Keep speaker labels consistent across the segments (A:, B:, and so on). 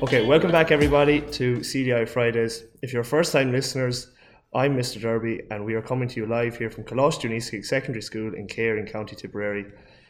A: Okay, welcome back everybody to CDI Fridays. If you're first time listeners, I'm Mr. Derby and we are coming to you live here from Colosh Duniski Secondary School in Care in County Tipperary.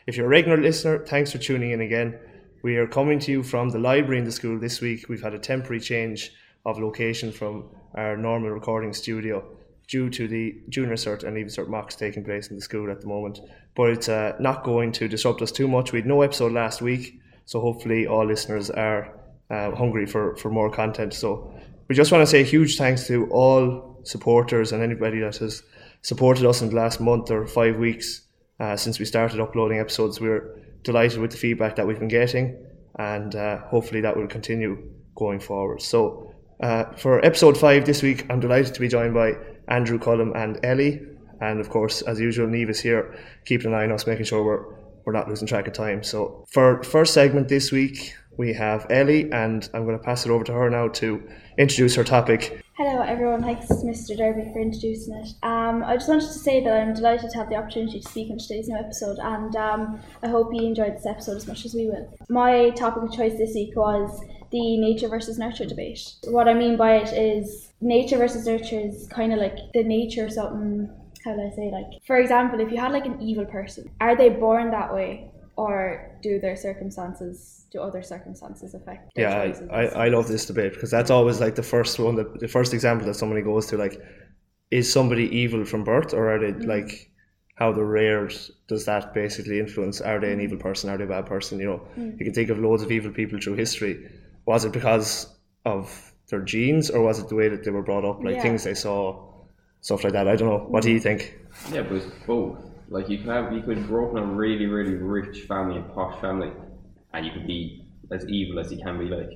A: If you're a regular listener, thanks for tuning in again. We are coming to you from the library in the school this week. We've had a temporary change of location from our normal recording studio due to the junior cert and even cert mocks taking place in the school at the moment. But it's uh, not going to disrupt us too much. We had no episode last week, so hopefully all listeners are uh, hungry for, for more content. So we just want to say a huge thanks to all supporters and anybody that has supported us in the last month or five weeks uh, since we started uploading episodes. We're delighted with the feedback that we've been getting, and uh, hopefully that will continue going forward. So uh, for episode five this week, I'm delighted to be joined by Andrew Cullum and Ellie. And of course, as usual, Neve is here keeping an eye on us, making sure we're, we're not losing track of time. So, for first segment this week, we have Ellie, and I'm going to pass it over to her now to introduce her topic.
B: Hello everyone, thanks Mr. Derby for introducing it. Um, I just wanted to say that I'm delighted to have the opportunity to speak in today's new episode and um, I hope you enjoyed this episode as much as we will. My topic of choice this week was the nature versus nurture debate. What I mean by it is nature versus nurture is kind of like the nature of something, how do I say, like, for example, if you had like an evil person, are they born that way? Or do their circumstances, do other circumstances affect their
A: Yeah,
B: choices?
A: I, I, I love this debate because that's always like the first one, that, the first example that somebody goes to. Like, is somebody evil from birth, or are they like how they're reared? Does that basically influence? Are they an evil person? Are they a bad person? You know, you can think of loads of evil people through history. Was it because of their genes, or was it the way that they were brought up, like
B: Yeah.
A: things they saw, stuff like that? I don't know. What do you think?
C: Yeah, but it's both. Like you could have, you could grow up in a really, really rich family, a posh family, and you could be as evil as you can be, like,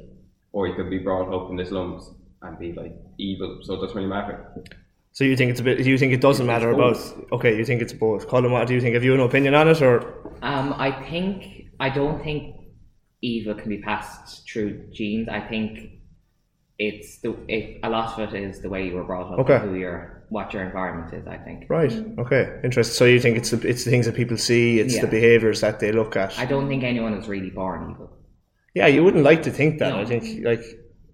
C: or you could be brought up in the slums and be like evil. So it doesn't really matter.
A: So you think it's a bit? You think it doesn't matter about? Okay, you think it's both. Colin, what do you think? Have you an opinion on it, or
D: Um, I think I don't think evil can be passed through genes. I think it's the it, a lot of it is the way you were brought up,
A: Okay.
D: who your what your environment is. I think
A: Right. Okay. Interesting. So you think it's the it's the things that people see, it's the
D: Yeah.
A: behaviors that they look at.
D: I don't think anyone is really born evil.
A: yeah, you wouldn't like to think that.
D: No.
A: I think like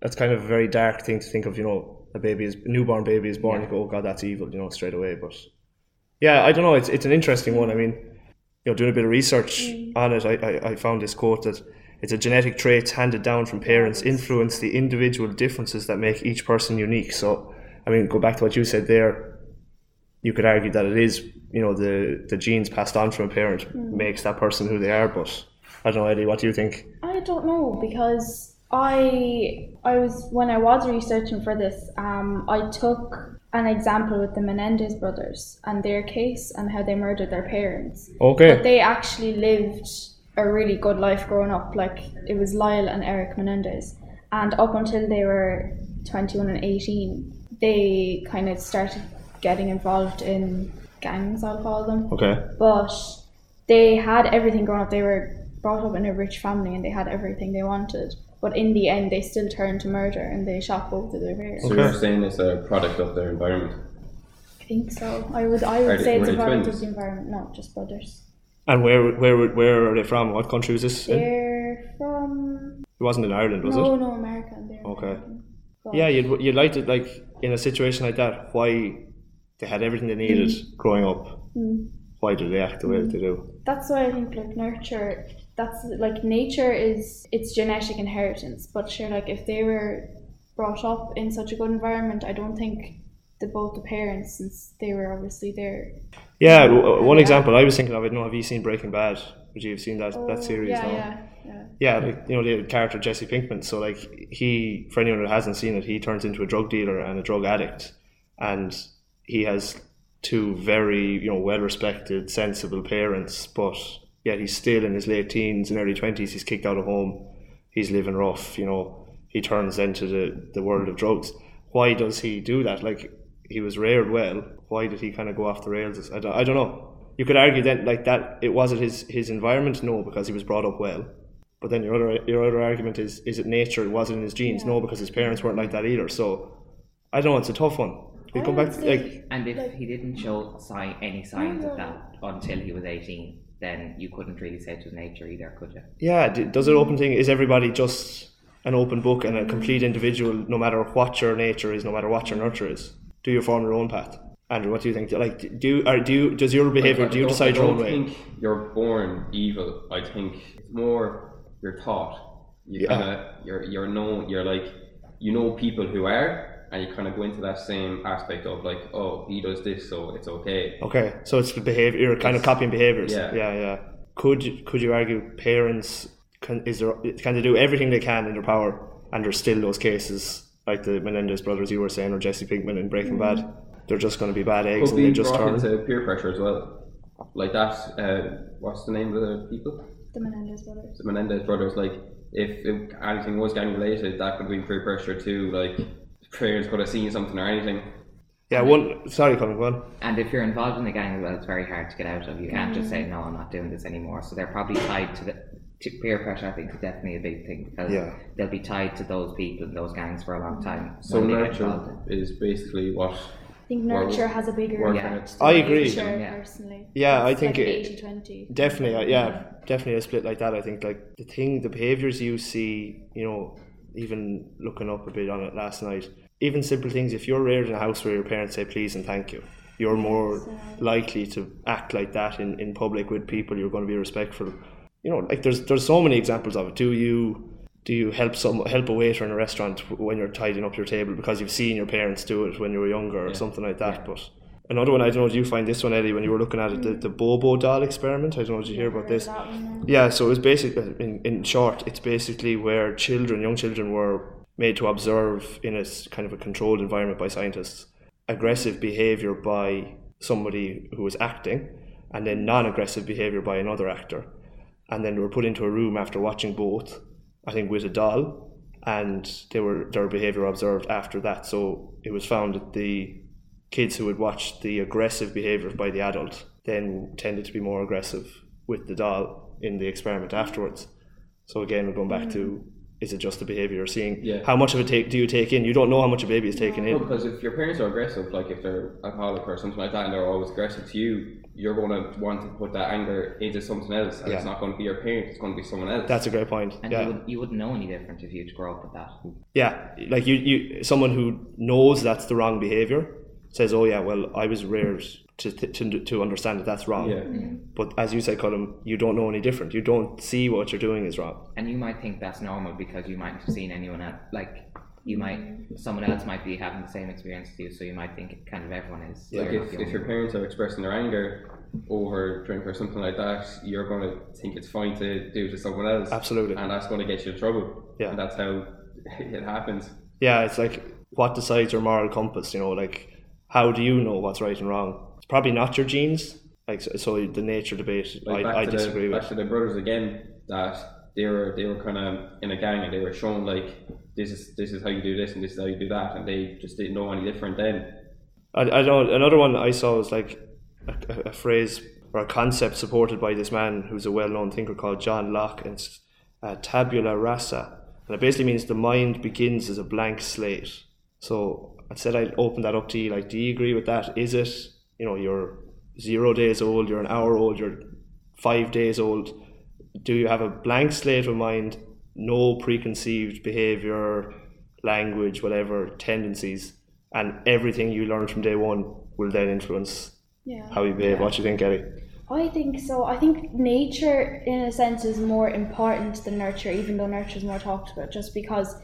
A: that's kind of a very dark thing to think of. You know, a baby is a newborn baby is born. You go, oh god, that's evil. You know, straight away. But yeah, I don't know. It's it's an interesting one. I mean, you know, doing a bit of research on it, I, I I found this quote that it's a genetic trait handed down from parents influence the individual differences that make each person unique. So I mean, go back to what you said there. you could argue that it is, you know, the, the genes passed on from a parent makes that person who they are. But I don't know, Eddie, what do you think?
B: I don't know because I I was when I was researching for this, um, I took an example with the Menendez brothers and their case and how they murdered their parents.
A: Okay.
B: But they actually lived a really good life growing up. Like it was Lyle and Eric Menendez, and up until they were twenty one and eighteen, they kind of started getting involved in gangs. I'll call them
A: Okay.
B: but they had everything growing up. They were brought up in a rich family and they had everything they wanted. But in the end, they still turned to murder and they shot both of their parents.
C: So you're saying it's a product of their environment.
B: I think so. I would, I would
C: Are they-
B: say it's
C: were
B: a
C: they
B: product of
C: twins?
B: the environment, not just brothers.
A: And where where where are they from? What country was this? In? It
B: They're from
A: wasn't in Ireland, was
B: no,
A: it?
B: no America. and They're
A: Okay.
B: American. But-
A: Yeah, you'd you'd like to like in a situation like that, why they had everything they needed growing up.
B: Mm.
A: Why do they act the way that they do?
B: that's why I think like nurture that's like nature is it's genetic inheritance but sure like if they were brought up in such a good environment I don't think the both the parents since they were obviously there
A: Yeah, w- w- one
B: Yeah.
A: example I was thinking of. I don't know. Have you seen Breaking Bad? Would you have seen that that series?
B: Oh, yeah,
A: no?
B: yeah yeah
A: yeah, like, you know the character Jesse Pinkman. So like he, for anyone who hasn't seen it, he turns into a drug dealer and a drug addict, and he has two very you know well-respected, sensible parents, but yet he's still in his late teens and early twenties. He's kicked out of home. He's living rough. You know he turns into the the world of drugs. Why does he do that? Like he was reared well. Why did he kind of go off the rails? I don't, I don't know. You could argue that like that it was it his his environment. No, because he was brought up well. But then your other your other argument is is it nature? It wasn't in his genes. No, because his parents weren't like that either. So I don't know. It's a tough one. You
B: I
A: come back
B: would
A: to,
B: say-
A: like
D: And if he didn't show sign, any signs of that until he was eighteen, then you couldn't really say it was nature either, could you?
A: Yeah, d- does it open thing? Is everybody just an open book and a complete individual, no matter what your nature is, no matter what your nurture is? Do you form your own path? Andrew, what do you think? Like, do you, or do you, does your behavior?
C: I
A: Do you
C: don't-
A: decide your own
C: I don't
A: way?
C: think you're born evil. I think it's more you're taught. You
A: Yeah.
C: kind of you're you're known. You're like you know people who are, and you kind of go into that same aspect of like, oh, he does this, so it's okay.
A: Okay, so it's the behavior. You're kind of copying behaviors.
C: Yeah.
A: yeah, yeah. Could you- could you argue parents can is there can they do everything they can in their power, and there's still those cases like the Menendez brothers you were saying, or Jesse Pinkman in Breaking Bad. They're just going to be bad eggs,
C: But
A: and they
C: being
A: just
C: brought
A: turn.
C: into peer pressure as well. Like that. Uh, what's the name of the people?
B: The Menendez brothers.
C: The Menendez brothers. Like if, if anything was gang related, that could have been peer pressure too. Like parents could have seen something or anything.
A: Yeah, one. Sorry, coming one.
D: And if you're involved in a gang as well, it's very hard to get out of. You can't just say no, I'm not doing this anymore. So they're probably tied to the to peer pressure. I think is definitely a big thing because
A: Yeah.
D: they'll be tied to those people and those gangs for a long time.
C: So
D: when they get
C: nurture
D: involved.
C: is basically what
B: I think
C: Well,
B: nurture has a bigger
C: we're
D: Yeah.
B: impact.
A: I
B: than
A: agree.
B: nature,
D: Yeah.
B: Personally.
A: Yeah, I
B: It's
A: think
B: like
A: it-
B: 80, 20.
A: Definitely, I- yeah, definitely a split like that. I think like the thing, the behaviors you see, you know, even looking up a bit on it last night, even simple things. If you're reared in a house where your parents say please and thank you, you're more likely to act like that in, in public with people. You're going to be respectful. You know, like there's there's so many examples of it. Do you do you help some help a waiter in a restaurant when you're tidying up your table because you've seen your parents do it when you were younger or something like that? But another one, I don't know. Do you find this one, Eddie, when you were looking at it, the, the Bobo doll experiment? I don't know. Did you hear about this?
B: That one,
A: Yeah, so it was basically, in, in short, it's basically where children, young children, were made to observe in a s- kind of a controlled environment by scientists aggressive behavior by somebody who was acting, and then non aggressive behavior by another actor. And then they were put into a room after watching both, I think with a doll, and they were their behavior observed after that. So it was found that the kids who would watch the aggressive behavior by the adult then tended to be more aggressive with the doll in the experiment afterwards. So again, we're going back to is it just the behavior you're seeing?
C: Yeah.
A: How much of it take, do you take in? You don't know how much a baby is taking
C: No,
A: in.
C: because if your parents are aggressive, like if they're alcoholic or something like that, and they're always aggressive to you, you're going to want to put that anger into something else, and it's
A: Yeah.
C: not going to be your parents; it's going to be someone else.
A: That's a great point.
D: And
A: yeah.
D: you, would, you wouldn't know any different if you'd grow up with that.
A: yeah like you, you someone who knows that's the wrong behavior says oh yeah well i was reared to to, to understand that that's wrong
C: yeah.
A: but as you say colin you don't know any different you don't see what you're doing is wrong
D: And you might think that's normal because you might have seen anyone else. Like, you might, someone else might be having the same experience as you, so you might think it kind of everyone is. so
C: Like
D: you're not
C: if,
D: the
C: if
D: only
C: your
D: one.
C: parents are expressing their anger over drink or something like that, you're going to think it's fine to do to someone else,
A: absolutely
C: and that's going to get you in trouble.
A: Yeah.
C: and that's how it happens.
A: yeah it's like what decides your moral compass you know like how do you know what's right and wrong it's probably not your genes like so, so the nature debate
C: Like back
A: i, I
C: to
A: disagree
C: the,
A: with
C: Back to the brothers again. That they were they were kind of in a gang and they were shown like this is this is how you do this and this is how you do that and they just didn't know any different then.
A: I, I don't. Another one I saw was like a, a- a phrase or a concept supported by this man who's a well-known thinker called John Locke, and it's uh, tabula rasa, and it basically means the mind begins as a blank slate. So I said I'd open that up to you. Like, do you agree with that? Is it you know you're zero days old, you're an hour old, you're five days old? Do you have a blank slate of mind, no preconceived behavior, language, whatever tendencies, and everything you learn from day one will then influence
B: Yeah.
A: how you behave. What do you think, Ellie?
B: I think so. I think nature, in a sense, is more important than nurture, even though nurture is more talked about, just because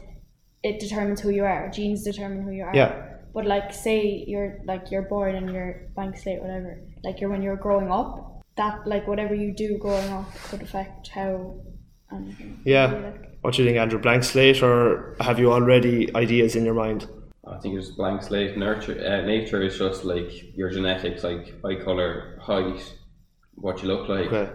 B: it determines who you are. Genes determine who you are.
A: Yeah.
B: But like, say you're like you're born and you're blank slate, whatever. Like you're when you're growing up, that like whatever you do growing up could affect how. Anything.
A: Yeah. What do you think, Andrew? Blank slate, or have you already ideas in your mind?
C: I think it's blank slate. Nurture, uh, nature is just like your genetics, like eye color, height, what you look like.
A: Okay.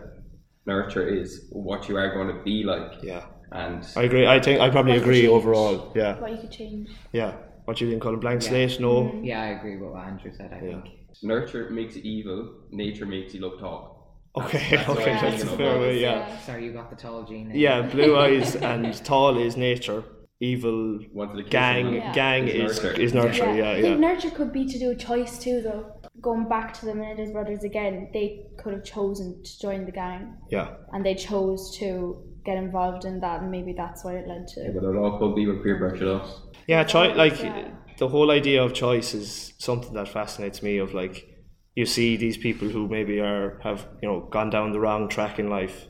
C: Nurture is what you are going to be like,
A: Yeah.
C: and
A: I agree. I think I probably
B: What
A: agree
B: changed?
A: overall. Yeah.
B: What you could change.
A: Yeah. What do you think, Colin? Blank slate? No.
D: Yeah, I agree with what Andrew said, I think.
C: nurture makes you evil. Nature makes you look tall.
A: Okay.
C: That's
A: okay.
C: what I
A: That's
C: think
A: a
C: of
A: fair
C: it.
A: way. Yeah.
D: Sorry, you got the tall gene. in.
A: Yeah. Blue eyes and tall is nature. Evil
C: Wanted to kiss
A: gang
C: someone.
B: Yeah.
A: gang
C: Is
A: is
C: nurture.
A: is nurture.
B: I
A: Yeah.
B: think
A: Yeah.
B: nurture could be to do with choice too, though. going back to the Menendez brothers again, they could have chosen to join the gang
A: Yeah.
B: and they chose to get involved in that, and maybe that's why it led
C: Yeah,
B: to.
C: but it all could be with peer pressure, though.
A: Yeah, choi- like
B: Yeah.
A: the whole idea of choice is something that fascinates me. Of like, you see these people who maybe are have you know gone down the wrong track in life.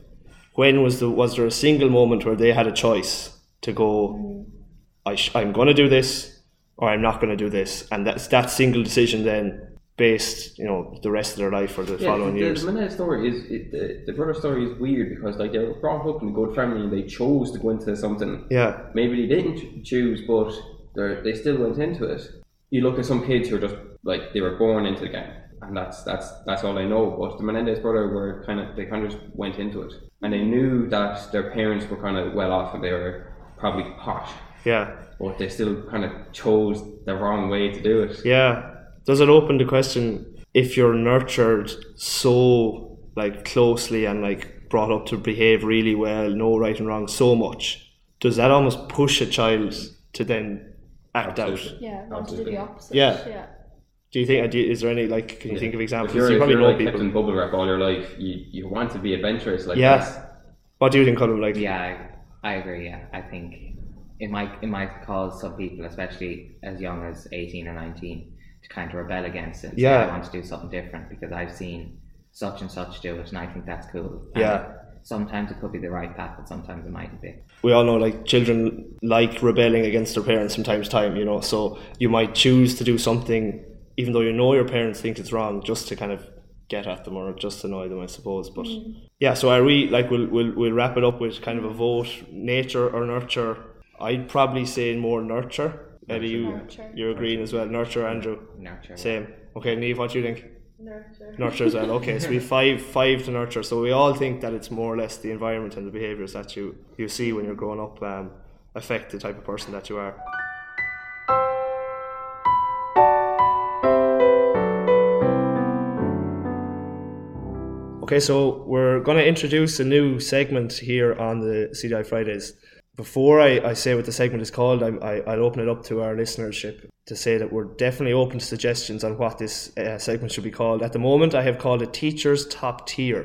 A: When was the was there a single moment where they had a choice to go? I sh- I'm going to do this, or I'm not going to do this, and that's that single decision then based you know the rest of their life or the following
C: the,
A: years.
C: The Menendez story is it, the, the brother story is weird because like they were brought up in a good family and they chose to go into something.
A: Yeah,
C: Maybe they didn't ch- choose, but they're- they still went into it. You look at some kids who are just like they were born into the gang, and that's that's that's all they know. But the Menendez brother were kind of they kind of just went into it, and they knew that their parents were kind of well off and they were probably posh,
A: yeah.
C: but they still kind of chose the wrong way to do it.
A: Yeah. Does it open the question if you're nurtured so like closely and like brought up to behave really well, know right and wrong so much, does that almost push a child to then act out?
C: Absolutely.
B: Yeah, wanted to do
C: Absolutely.
B: the opposite.
A: Yeah.
B: yeah.
A: Do you think? Do you, is there any like? Can you think of
C: If
A: examples?
C: you're,
A: You
C: if
A: probably
C: you're
A: know
C: like
A: people.
C: kept in bubble wrap all your life, you, you want to be adventurous like
A: Yeah.
C: this.
A: What do you think, Colin? Like,
D: Yeah, I, I agree. Yeah, I think it might it might cause some people, especially as young as eighteen or nineteen, to kind of rebel against it.
A: Yeah.
D: I want to do something different because I've seen such and such do it, and I think that's cool. And
A: Yeah.
D: sometimes it could be the right path, but sometimes it mightn't be.
A: we all know like children like rebelling against their parents from time to time you know so you might choose to do something even though you know your parents think it's wrong just to kind of get at them or just annoy them i suppose but yeah so are we like we'll, we'll we'll wrap it up with kind of a vote nature or nurture i'd probably say more nurture maybe you
B: Nurture.
A: you're agreeing as well nurture andrew
D: Nurture.
A: same okay neve what do you think
B: Nurture.
A: nurture as well okay so we five five to nurture so we all think that it's more or less the environment and the behaviors that you you see when you're growing up um, affect the type of person that you are okay so we're going to introduce a new segment here on the cdi fridays before I, I say what the segment is called, I'm, I, I'll open it up to our listenership to say that we're definitely open to suggestions on what this uh, segment should be called. At the moment, I have called it Teacher's Top Tier,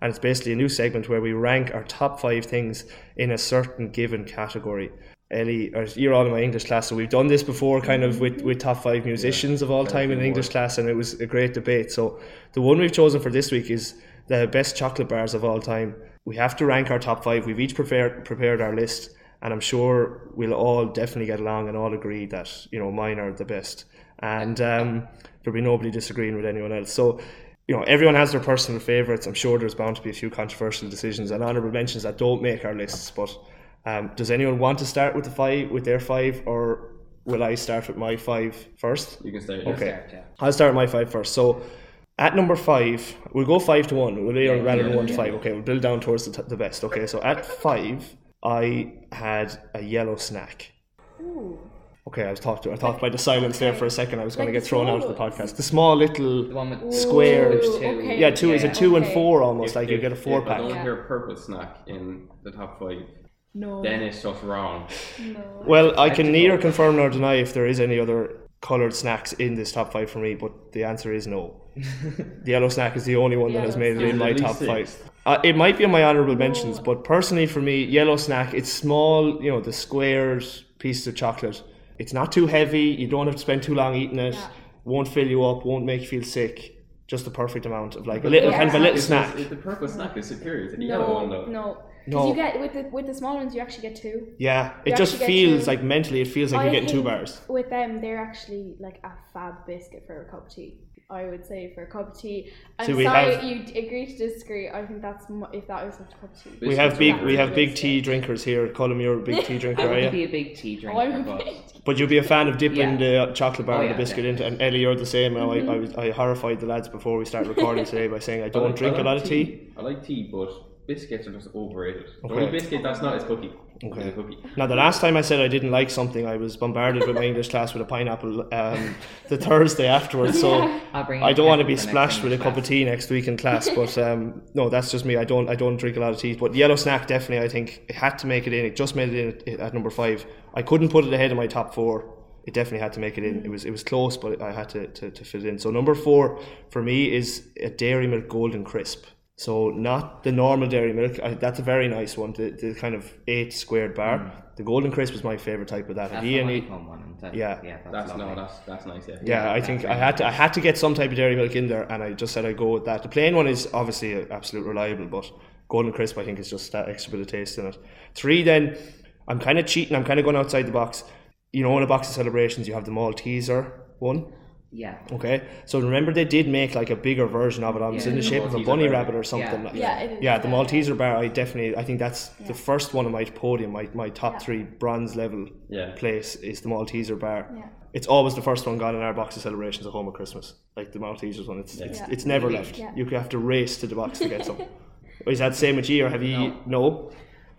A: and it's basically a new segment where we rank our top five things in a certain given category. Ellie, or you're all in my English class, so we've done this before, kind of with, with top five musicians of all time in English class, and it was a great debate. So the one we've chosen for this week is the best chocolate bars of all time. We have to rank our top five. We've each prepared prepared our list, and I'm sure we'll all definitely get along and all agree that you know mine are the best, and um, there'll be nobody disagreeing with anyone else. So. You know, everyone has their personal favourites. I'm sure there's bound to be a few controversial decisions and honourable mentions that don't make our lists. But um, does anyone want to start with the five, with their five, or will I start with my five first?
C: You can stay.
A: Okay. I'll start my five first. So at number five, we'll go five to one. We'll lay on rather than one to five. Okay, we'll build down towards the, t- the best. Okay, so at five, I had a yellow snack. Okay, I was talked to. I thought by the silence there for a second, I was going
B: Like
A: to
B: the
A: get thrown out of the
B: small
A: podcast. The small
D: The
A: little,
D: one with
A: Squares.
D: Two.
B: okay.
A: yeah, two is a
D: Yeah.
A: two and
B: Okay.
A: four almost. like
C: If-
A: you
C: if-
A: get a four
C: if I
A: pack.
C: don't
B: Yeah.
C: hear purple snack in the top five,
B: No.
C: then it's just wrong.
B: no.
A: Well, I
D: have
A: can
D: to
A: neither
D: go.
A: confirm nor deny if there is any other coloured snacks in this top five for me, but the answer is no. the yellow snack is the only one that has
B: Yellow
A: made it in
C: snack.
A: my
C: At least
A: top
C: six.
A: five. Uh, it might be in my honourable mentions, but personally for me, yellow snack, it's small, you know, the squared pieces of chocolate. It's not too heavy, you don't have to spend too long eating it,
B: Yeah.
A: won't fill you up, won't make you feel sick. Just the perfect amount of like a little kind of a little
C: It's
A: snack.
C: just- it- the purple snack is superior to the yellow one
B: No,
C: though.
B: no.
A: No.
B: Because you get with the with the small ones, you actually get two.
A: Yeah,
B: You
A: it just
B: actually get Oh,
A: feels
B: two.
A: like mentally, it feels like
B: I
A: you're getting two
B: think
A: bars.
B: With them, they're actually like a fab biscuit for a cup of tea. I would say for a cup of tea. I'm
A: So we
B: sorry
A: have-
B: you d- agree to disagree. I think that's mu- if that was a cup of tea.
A: We
C: Biscuits
A: have
C: are
A: big,
C: good.
A: we have big tea drinkers here. Colm, you're a big tea drinker,
D: I
A: are
D: wouldn't
A: you?
D: be a big tea
B: Oh, I'm
D: drinker,
B: a
D: but
B: bit-
A: But you'll be a fan of dipping the chocolate bar
D: Oh,
A: and the
D: yeah, Mm-hmm.
A: biscuit
D: yeah.
A: into. And Ellie, you're the same. Now I, I, was, I horrified the lads before we started recording today by
D: Oh,
A: saying I
C: I
A: don't
C: like-
A: drink
C: I
A: a
C: like
A: lot of tea.
C: I like tea, but biscuits are just overrated. The
A: Okay.
C: only biscuit that's not is cookie.
A: Okay.
C: Is a cookie.
A: Now, the last time I said I didn't like something, I was bombarded with my English class with a pineapple um, the Thursday afterwards. So
D: I'll bring
A: I
D: you
A: don't
D: a
A: want to
D: kettle
A: be
D: for next
A: splashed with a
D: English
A: cup of
D: class.
A: tea next week in class. But um, no, that's just me. I don't I don't drink a lot of teas. But yellow snack definitely. I think it had to make it in. It just made it in at, at number five. I couldn't put it ahead of my top four. it definitely had to make it in. It was it was close, but I had to, to, to fit it in. So number four for me is a dairy milk golden crisp. So not the normal dairy milk. I, that's a very nice one. The, the kind of eight squared bar.
D: Mm.
A: The golden crisp is my favorite type of that.
D: That's
A: If he
D: the
A: and he-
D: honeycomb one. and that-
A: Yeah.
D: yeah, that's,
C: That's
D: lovely.
C: no, that's that's nice. Yeah.
A: yeah, I think I had to I had to get some type of dairy milk in there, and I just said I go with that. The plain one is obviously a- absolute reliable, but golden crisp I think is just that extra bit of taste in it. Three, then I'm kind of cheating. I'm kind of going outside the box. You know, in a box of celebrations, you have the Malteser one.
D: Yeah,
A: Okay, so remember they did make like a bigger version of it. Obviously, in the shape of a
C: Malteser
A: bunny
C: bar.
A: rabbit or something. like-
B: Yeah, it is.
A: yeah, the Malteser bar. I definitely, I think that's the first one on my podium. My my top three bronze level
C: Yeah.
A: place is the Malteser bar.
B: Yeah.
A: It's always the first one gone in our box of celebrations at home at Christmas. Like the Maltesers one, it's it's,
B: Yeah.
A: it's never left.
B: Yeah.
A: You have to race to the box to get some. Is that same with you, or have you no?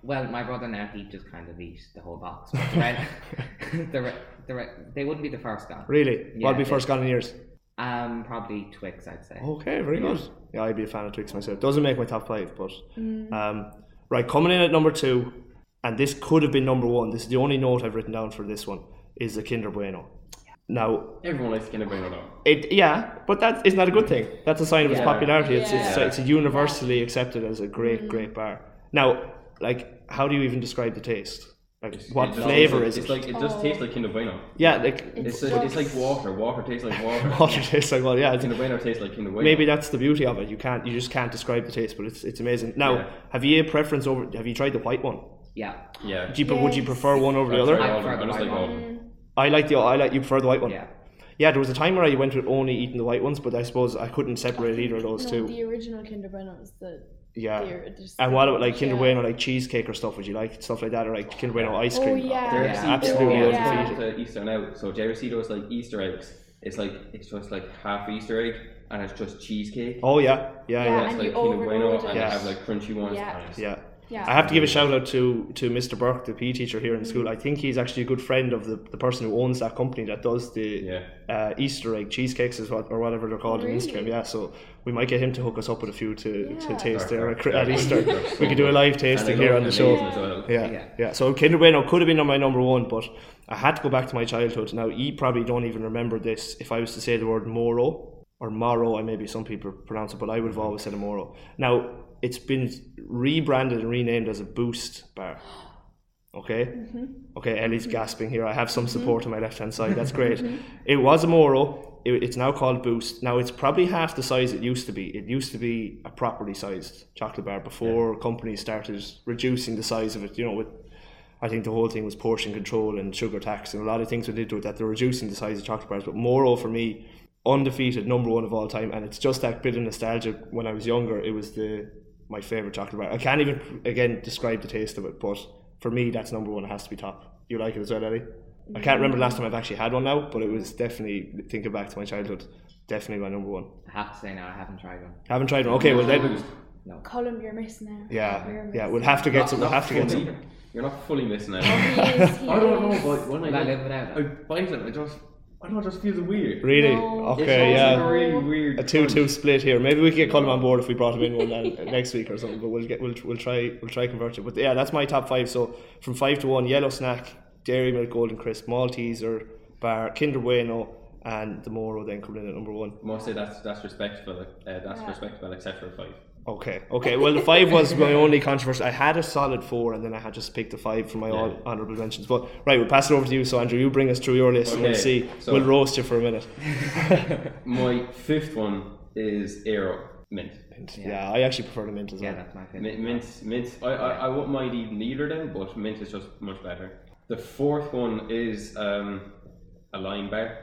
D: Well, my brother now he just kind of eats the whole box. but The red, the, re- the re- they wouldn't be the first guy.
A: Really?
D: Yeah,
A: What'd be
D: yeah.
A: first gone in years?
D: Um, probably Twix, I'd say.
A: Okay, very good. Yeah, I'd be a fan of Twix myself. Doesn't make my top five, but um, right, coming in at number two, and this could have been number one. This is the only note I've written down for this one is the Kinder Bueno. Now,
C: Everyone likes Kinder Bueno though.
A: it yeah, but that is not a good thing. That's a sign of its
C: Yeah.
A: popularity. It's it's,
B: Yeah.
A: it's universally accepted as a great great bar. Now, like, how do you even describe the taste? Like, what
C: It's-
A: flavor is
C: it's, it's
A: it?
C: like it just
B: Oh.
C: tastes like Kinder Bueno.
A: yeah, like
C: It's like, it's like water. Water tastes like water.
A: water tastes like well, yeah. it's-
C: Kinder Bueno tastes like Kinder Bueno.
A: maybe that's the beauty of it. You can't you just can't describe the taste, but it's it's amazing. Now,
C: Yeah.
A: have you a preference over? Have you tried the white one?
D: Yeah.
C: Yeah.
A: Do you, Would you
B: Yes.
A: prefer one over the
C: I
A: other?
D: I
C: prefer
D: prefer
C: I just
D: the
C: like
D: white
C: Alden.
A: I like the I like you prefer the white one.
D: Yeah.
A: Yeah, there was a time where I went with only eating the white ones, but I suppose I couldn't separate either of those
E: no,
A: two.
E: The original Kinder Bueno was the.
A: yeah.
E: the or- just-
A: And what about like Kinder
E: yeah.
A: Bueno, like cheesecake or stuff? Would you like stuff like that, or like Kinder Bueno ice
E: Oh,
A: cream?
E: yeah.
C: They're
D: Yeah,
C: just-
A: absolutely,
C: they're
E: yeah.
C: just going to Easter now. So Jerry see those like Easter eggs. It's like it's just like half Easter egg and it's just cheesecake.
A: Oh yeah, yeah, yeah.
E: Yeah.
C: It's
E: and
C: like
E: you
C: Kinder Bueno
E: overload
C: and
A: it.
C: they have like crunchy ones.
E: Yeah.
C: and it's-
A: yeah.
E: Yeah.
A: I have to give a shout out to to Mr. Burke, the PE teacher here in
E: Mm-hmm.
A: school. I think he's actually a good friend of the, the person who owns that company that does the
C: Yeah.
A: uh, Easter egg cheesecakes is what, or whatever they're called on Instagram. Yeah, so we might get him to hook us up with a few to, to
E: Yeah.
A: taste
C: They're-
A: there at,
C: they're-
A: at
C: they're
A: Easter.
C: so
A: we could do a live
C: And they
A: tasting
C: go
A: here
C: to
A: on the
C: the
A: show.
C: ladies as well.
A: Yeah, yeah.
D: Yeah.
A: So Kinder Bueno could have been on my number one, but I had to go back to my childhood. Now, you probably don't even remember this. If I was to say the word Moro or Maro, I maybe some people pronounce it, but I would have always said a Moro. Now, it's been rebranded and renamed as a Boost bar. Okay. Okay, Ellie's gasping here. I have some support on my left hand side. That's great. It was a Moro. It, it's now called Boost. Now it's probably half the size it used to be. It used to be a properly sized chocolate bar before companies started reducing the size of it. You know, with I think the whole thing was portion control and sugar tax and a lot of things they did to it that they're reducing the size of chocolate bars. But Moro for me, undefeated number one of all time, and it's just that bit of nostalgia. When I was younger, it was the my favorite chocolate bar. I can't even again describe the taste of it, but for me, that's number one. It has to be top. You like it as well, Ellie? I can't remember the last time I've actually had one now, but it was definitely thinking back to my childhood, definitely my number one.
D: I have to say now, I haven't tried one.
A: haven't tried one. Okay, well then,
E: Column you're missing there. You're
A: yeah, yeah,
E: missing
A: we'll have to get some. We'll
C: Not
A: have to get
C: fully-
A: some.
C: You're not fully missing out.
E: He is, he
C: I don't
E: is.
C: know, but when I,
D: Will I
C: like,
D: live without
C: I
D: it?
C: bite it, I just I don't know, it just feels weird.
A: Really?
E: No.
C: It's
A: Okay,
C: almost like
A: yeah.
C: a really weird.
A: a two-two
C: crunch.
A: split here. Maybe we could get Colin on board if we brought him in one then, next week or something. But we'll get we'll, we'll try we'll try convert it. But yeah, that's my top five. So from five to one: Yellow Snack, Dairy Milk Golden Crisp, Malteser Bar, Kinder Bueno, and the Moro. Then coming in at number one.
C: Must say that's that's respectful. Uh, that's respectable, except for five.
A: Okay, okay. Well, the five was my only controversy. I had a solid four, and then I had just picked the five for my all honourable mentions. But right, we'll pass it over to you. So Andrew, you bring us through your list, and we'll
C: Okay,
A: see.
C: so-
A: we'll roast you for a minute.
C: My fifth one is Aero Mint.
A: Yeah. I actually prefer the mint as well.
D: Yeah, that's my favorite.
C: Mint, mint, mint. I, I, I wouldn't mind even either of them, but mint is just much better. The fourth one is um, a lime bar.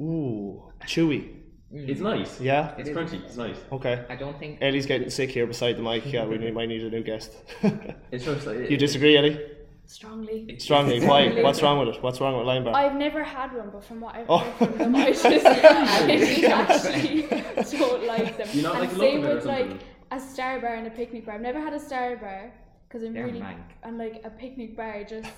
A: Ooh, chewy.
C: It's
B: Mm.
C: nice.
A: Yeah.
C: It's
D: It is
C: crunchy. It's nice.
A: Okay.
D: I don't think.
A: Ellie's getting sick here beside the mic. Yeah, we need, might need a new guest.
C: It's just like
A: you disagree, Ellie?
E: Strongly.
A: Strongly. Why? What's wrong with it? What's wrong with Lime Bar?
E: I've never had one, but from what I've
A: Oh.
E: heard from them, I just, I just actually don't like them.
C: You not
E: and
C: like the look
E: same
C: of it or
E: with like
C: something?
E: a star bar and a picnic bar. I've never had a star bar because I'm
D: They're
E: really
D: mank.
E: and like a picnic bar just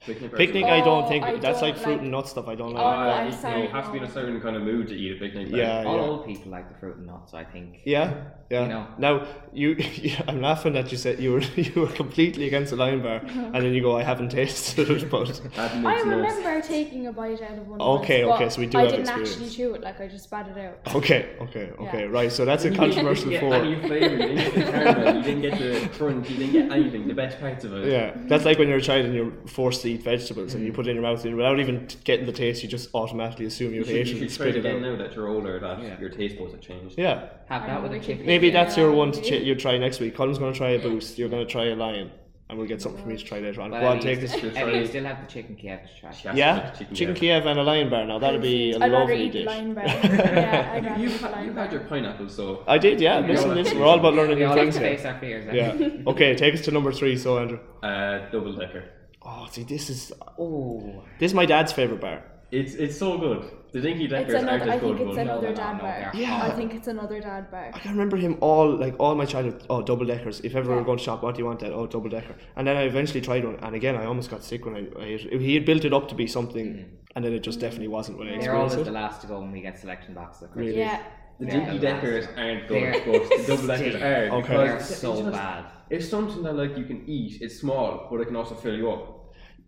C: Picnic, or
A: Picnic,
C: something.
A: I don't
B: Oh,
A: think
B: I
A: that's
B: don't
A: like fruit
B: like-
A: and nut stuff. I don't
B: Oh,
A: like.
B: no, I'm
C: you know,
B: sorry,
C: it has to be in
B: no.
C: a certain kind of mood to eat a picnic. like.
A: Yeah,
D: All
A: yeah.
D: old people like the fruit and nuts, I think.
A: Yeah, yeah.
D: You know.
A: Now you, I'm laughing that you said you were you were completely against the lime bar, and then you go, I haven't tasted it, but
C: That
B: I
C: makes no sense.
B: remember taking a bite out of one.
A: Okay,
B: once,
A: okay,
B: but
A: so we do
B: I
A: have
B: didn't
A: experience.
B: actually chew it. Like I just spat it out.
A: okay, okay, okay, right. So that's a controversial
C: You didn't
A: four.
C: get any flavour, you didn't get the caramel, you didn't get the crunch, you didn't get anything, the best parts of it.
A: Yeah, that's like when you're a child and you're forced to eat vegetables and you put it in your mouth and without even t- getting the taste, you just automatically assume
C: You
A: you're
C: should,
A: Asian
C: you
A: and
C: should try
A: spit
C: it
A: it
C: again
A: out.
C: now that you're older, that
D: Yeah.
C: your taste buds have changed.
A: Yeah,
D: Have that with a chicken.
A: maybe that's your
B: Yeah,
A: one to ch-
B: maybe.
A: you try next week. Colin's gonna try a boost. You're gonna try a lion, and we'll get something for me to try later on.
D: But
A: Go on,
D: Eddie,
A: take this.
C: Just
D: Eddie,
C: try-
D: you still have the chicken Kiev to try.
C: She has to
A: Yeah,
C: make
A: chicken,
C: Kiev.
A: Kiev and a lion bar. Now that'd be a
B: I'd rather
A: lovely
B: eat
A: dish.
B: lime bar. yeah, I'd rather
C: You,
B: eat
C: you
B: lime
C: had
B: bar.
C: your pineapple, so
A: I did, yeah.
C: We
A: Listen,
C: all have
A: listen,
C: to
A: we're all about learning
D: We
A: new
D: all have
A: things
D: to
A: here.
D: face our fears. eh?
A: Yeah. Okay, take us to number three, so Andrew.
C: uh, double decker.
A: Oh, see, this is
D: Oh.
A: this is my dad's favorite bar.
C: It's it's so good. The dinky
B: It's
C: deckers are
B: another.
C: just
B: I
C: good.
B: think it's
C: but-
B: another
D: no,
B: dad
D: no,
B: bar.
D: they're
A: Yeah.
B: I think it's another dad bar.
A: I can remember him all like all my childhood. Oh, double deckers. If ever we were going to shop, what do you want? That oh, double decker. And then I eventually tried one, and again I almost got sick when I, I ate it. He had built it up to be something, and then it just definitely wasn't when I
D: Mm. They're
A: experienced
D: always
A: it.
D: the last to go when we get selection boxes. of course.
A: Really?
B: Yeah.
C: The
D: Yeah.
C: dinky deckers aren't good,
D: They're
C: but the double deckers
D: stink.
C: are.
A: Okay.
C: because
D: They're
C: it's
D: so
C: just-
D: bad.
C: It's something that like you can eat. It's small, but it can also fill you up.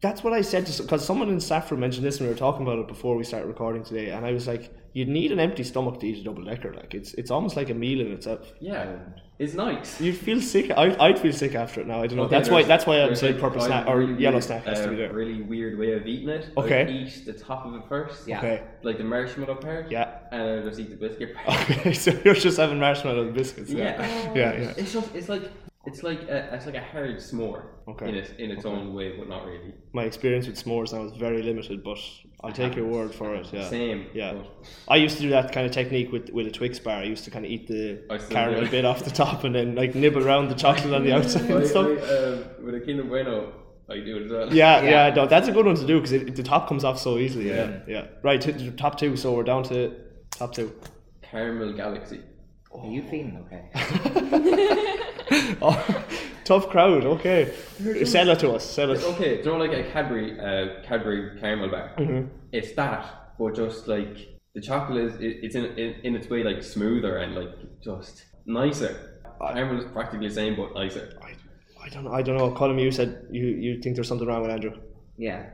A: That's what I said to because someone in Saffron mentioned this, and we were talking about it before we started recording today. And I was like, you'd need an empty stomach to eat a double decker. Like it's it's almost like a meal in itself.
C: Yeah, it's nice.
A: You'd feel sick. I, I'd feel sick after it now. I don't know.
C: Okay,
A: that's why.
C: there's-
A: That's why I'm
C: there's,
A: saying
C: like,
A: purple
C: five
A: snack or
C: really
A: yellow
C: weird,
A: snack has to
C: uh,
A: be there.
C: Really weird way of eating it. I'd
A: Okay.
C: eat the top of it first.
D: Yeah.
A: Okay.
C: Like the marshmallow part.
A: Yeah.
C: And then just eat the biscuit part.
A: Okay. So you're just having marshmallow and biscuits. Yeah.
C: Yeah.
A: Yeah. Yeah.
C: It's just it's like it's like a, it's like a hard s'more.
A: Okay.
C: In its in its own way, but not really.
A: My experience with s'mores now is very limited, but I'll take your word for it. Yeah.
C: Same.
A: Yeah.
C: but-
A: I used to do that kind of technique with, with a Twix bar. I used to kind of eat the
C: I still do
A: caramel
C: it.
A: bit off the top and then like nibble around the chocolate on the outside
C: I,
A: and
C: I,
A: stuff.
C: um, with a Kinder Bueno, I do it as well.
A: Yeah, yeah,
D: Yeah.
A: no, that's a good one to do because the top comes off so easily. Yeah, yeah. Right, t- t- top two. So we're down to top two.
C: Caramel Galaxy.
D: Are you feeling okay?
A: Oh, tough crowd. Okay, sell it to us. Sell it.
C: Okay, do you know like a Cadbury, uh, Cadbury caramel bar?
A: Mm-hmm.
C: It's that, but just like the chocolate is, it, it's in, in in its way like smoother and like just nicer. Caramel is practically the same but nicer.
A: I, I don't know. I don't know. Colin, you said you, you think there's something wrong with Andrew.
D: Yeah.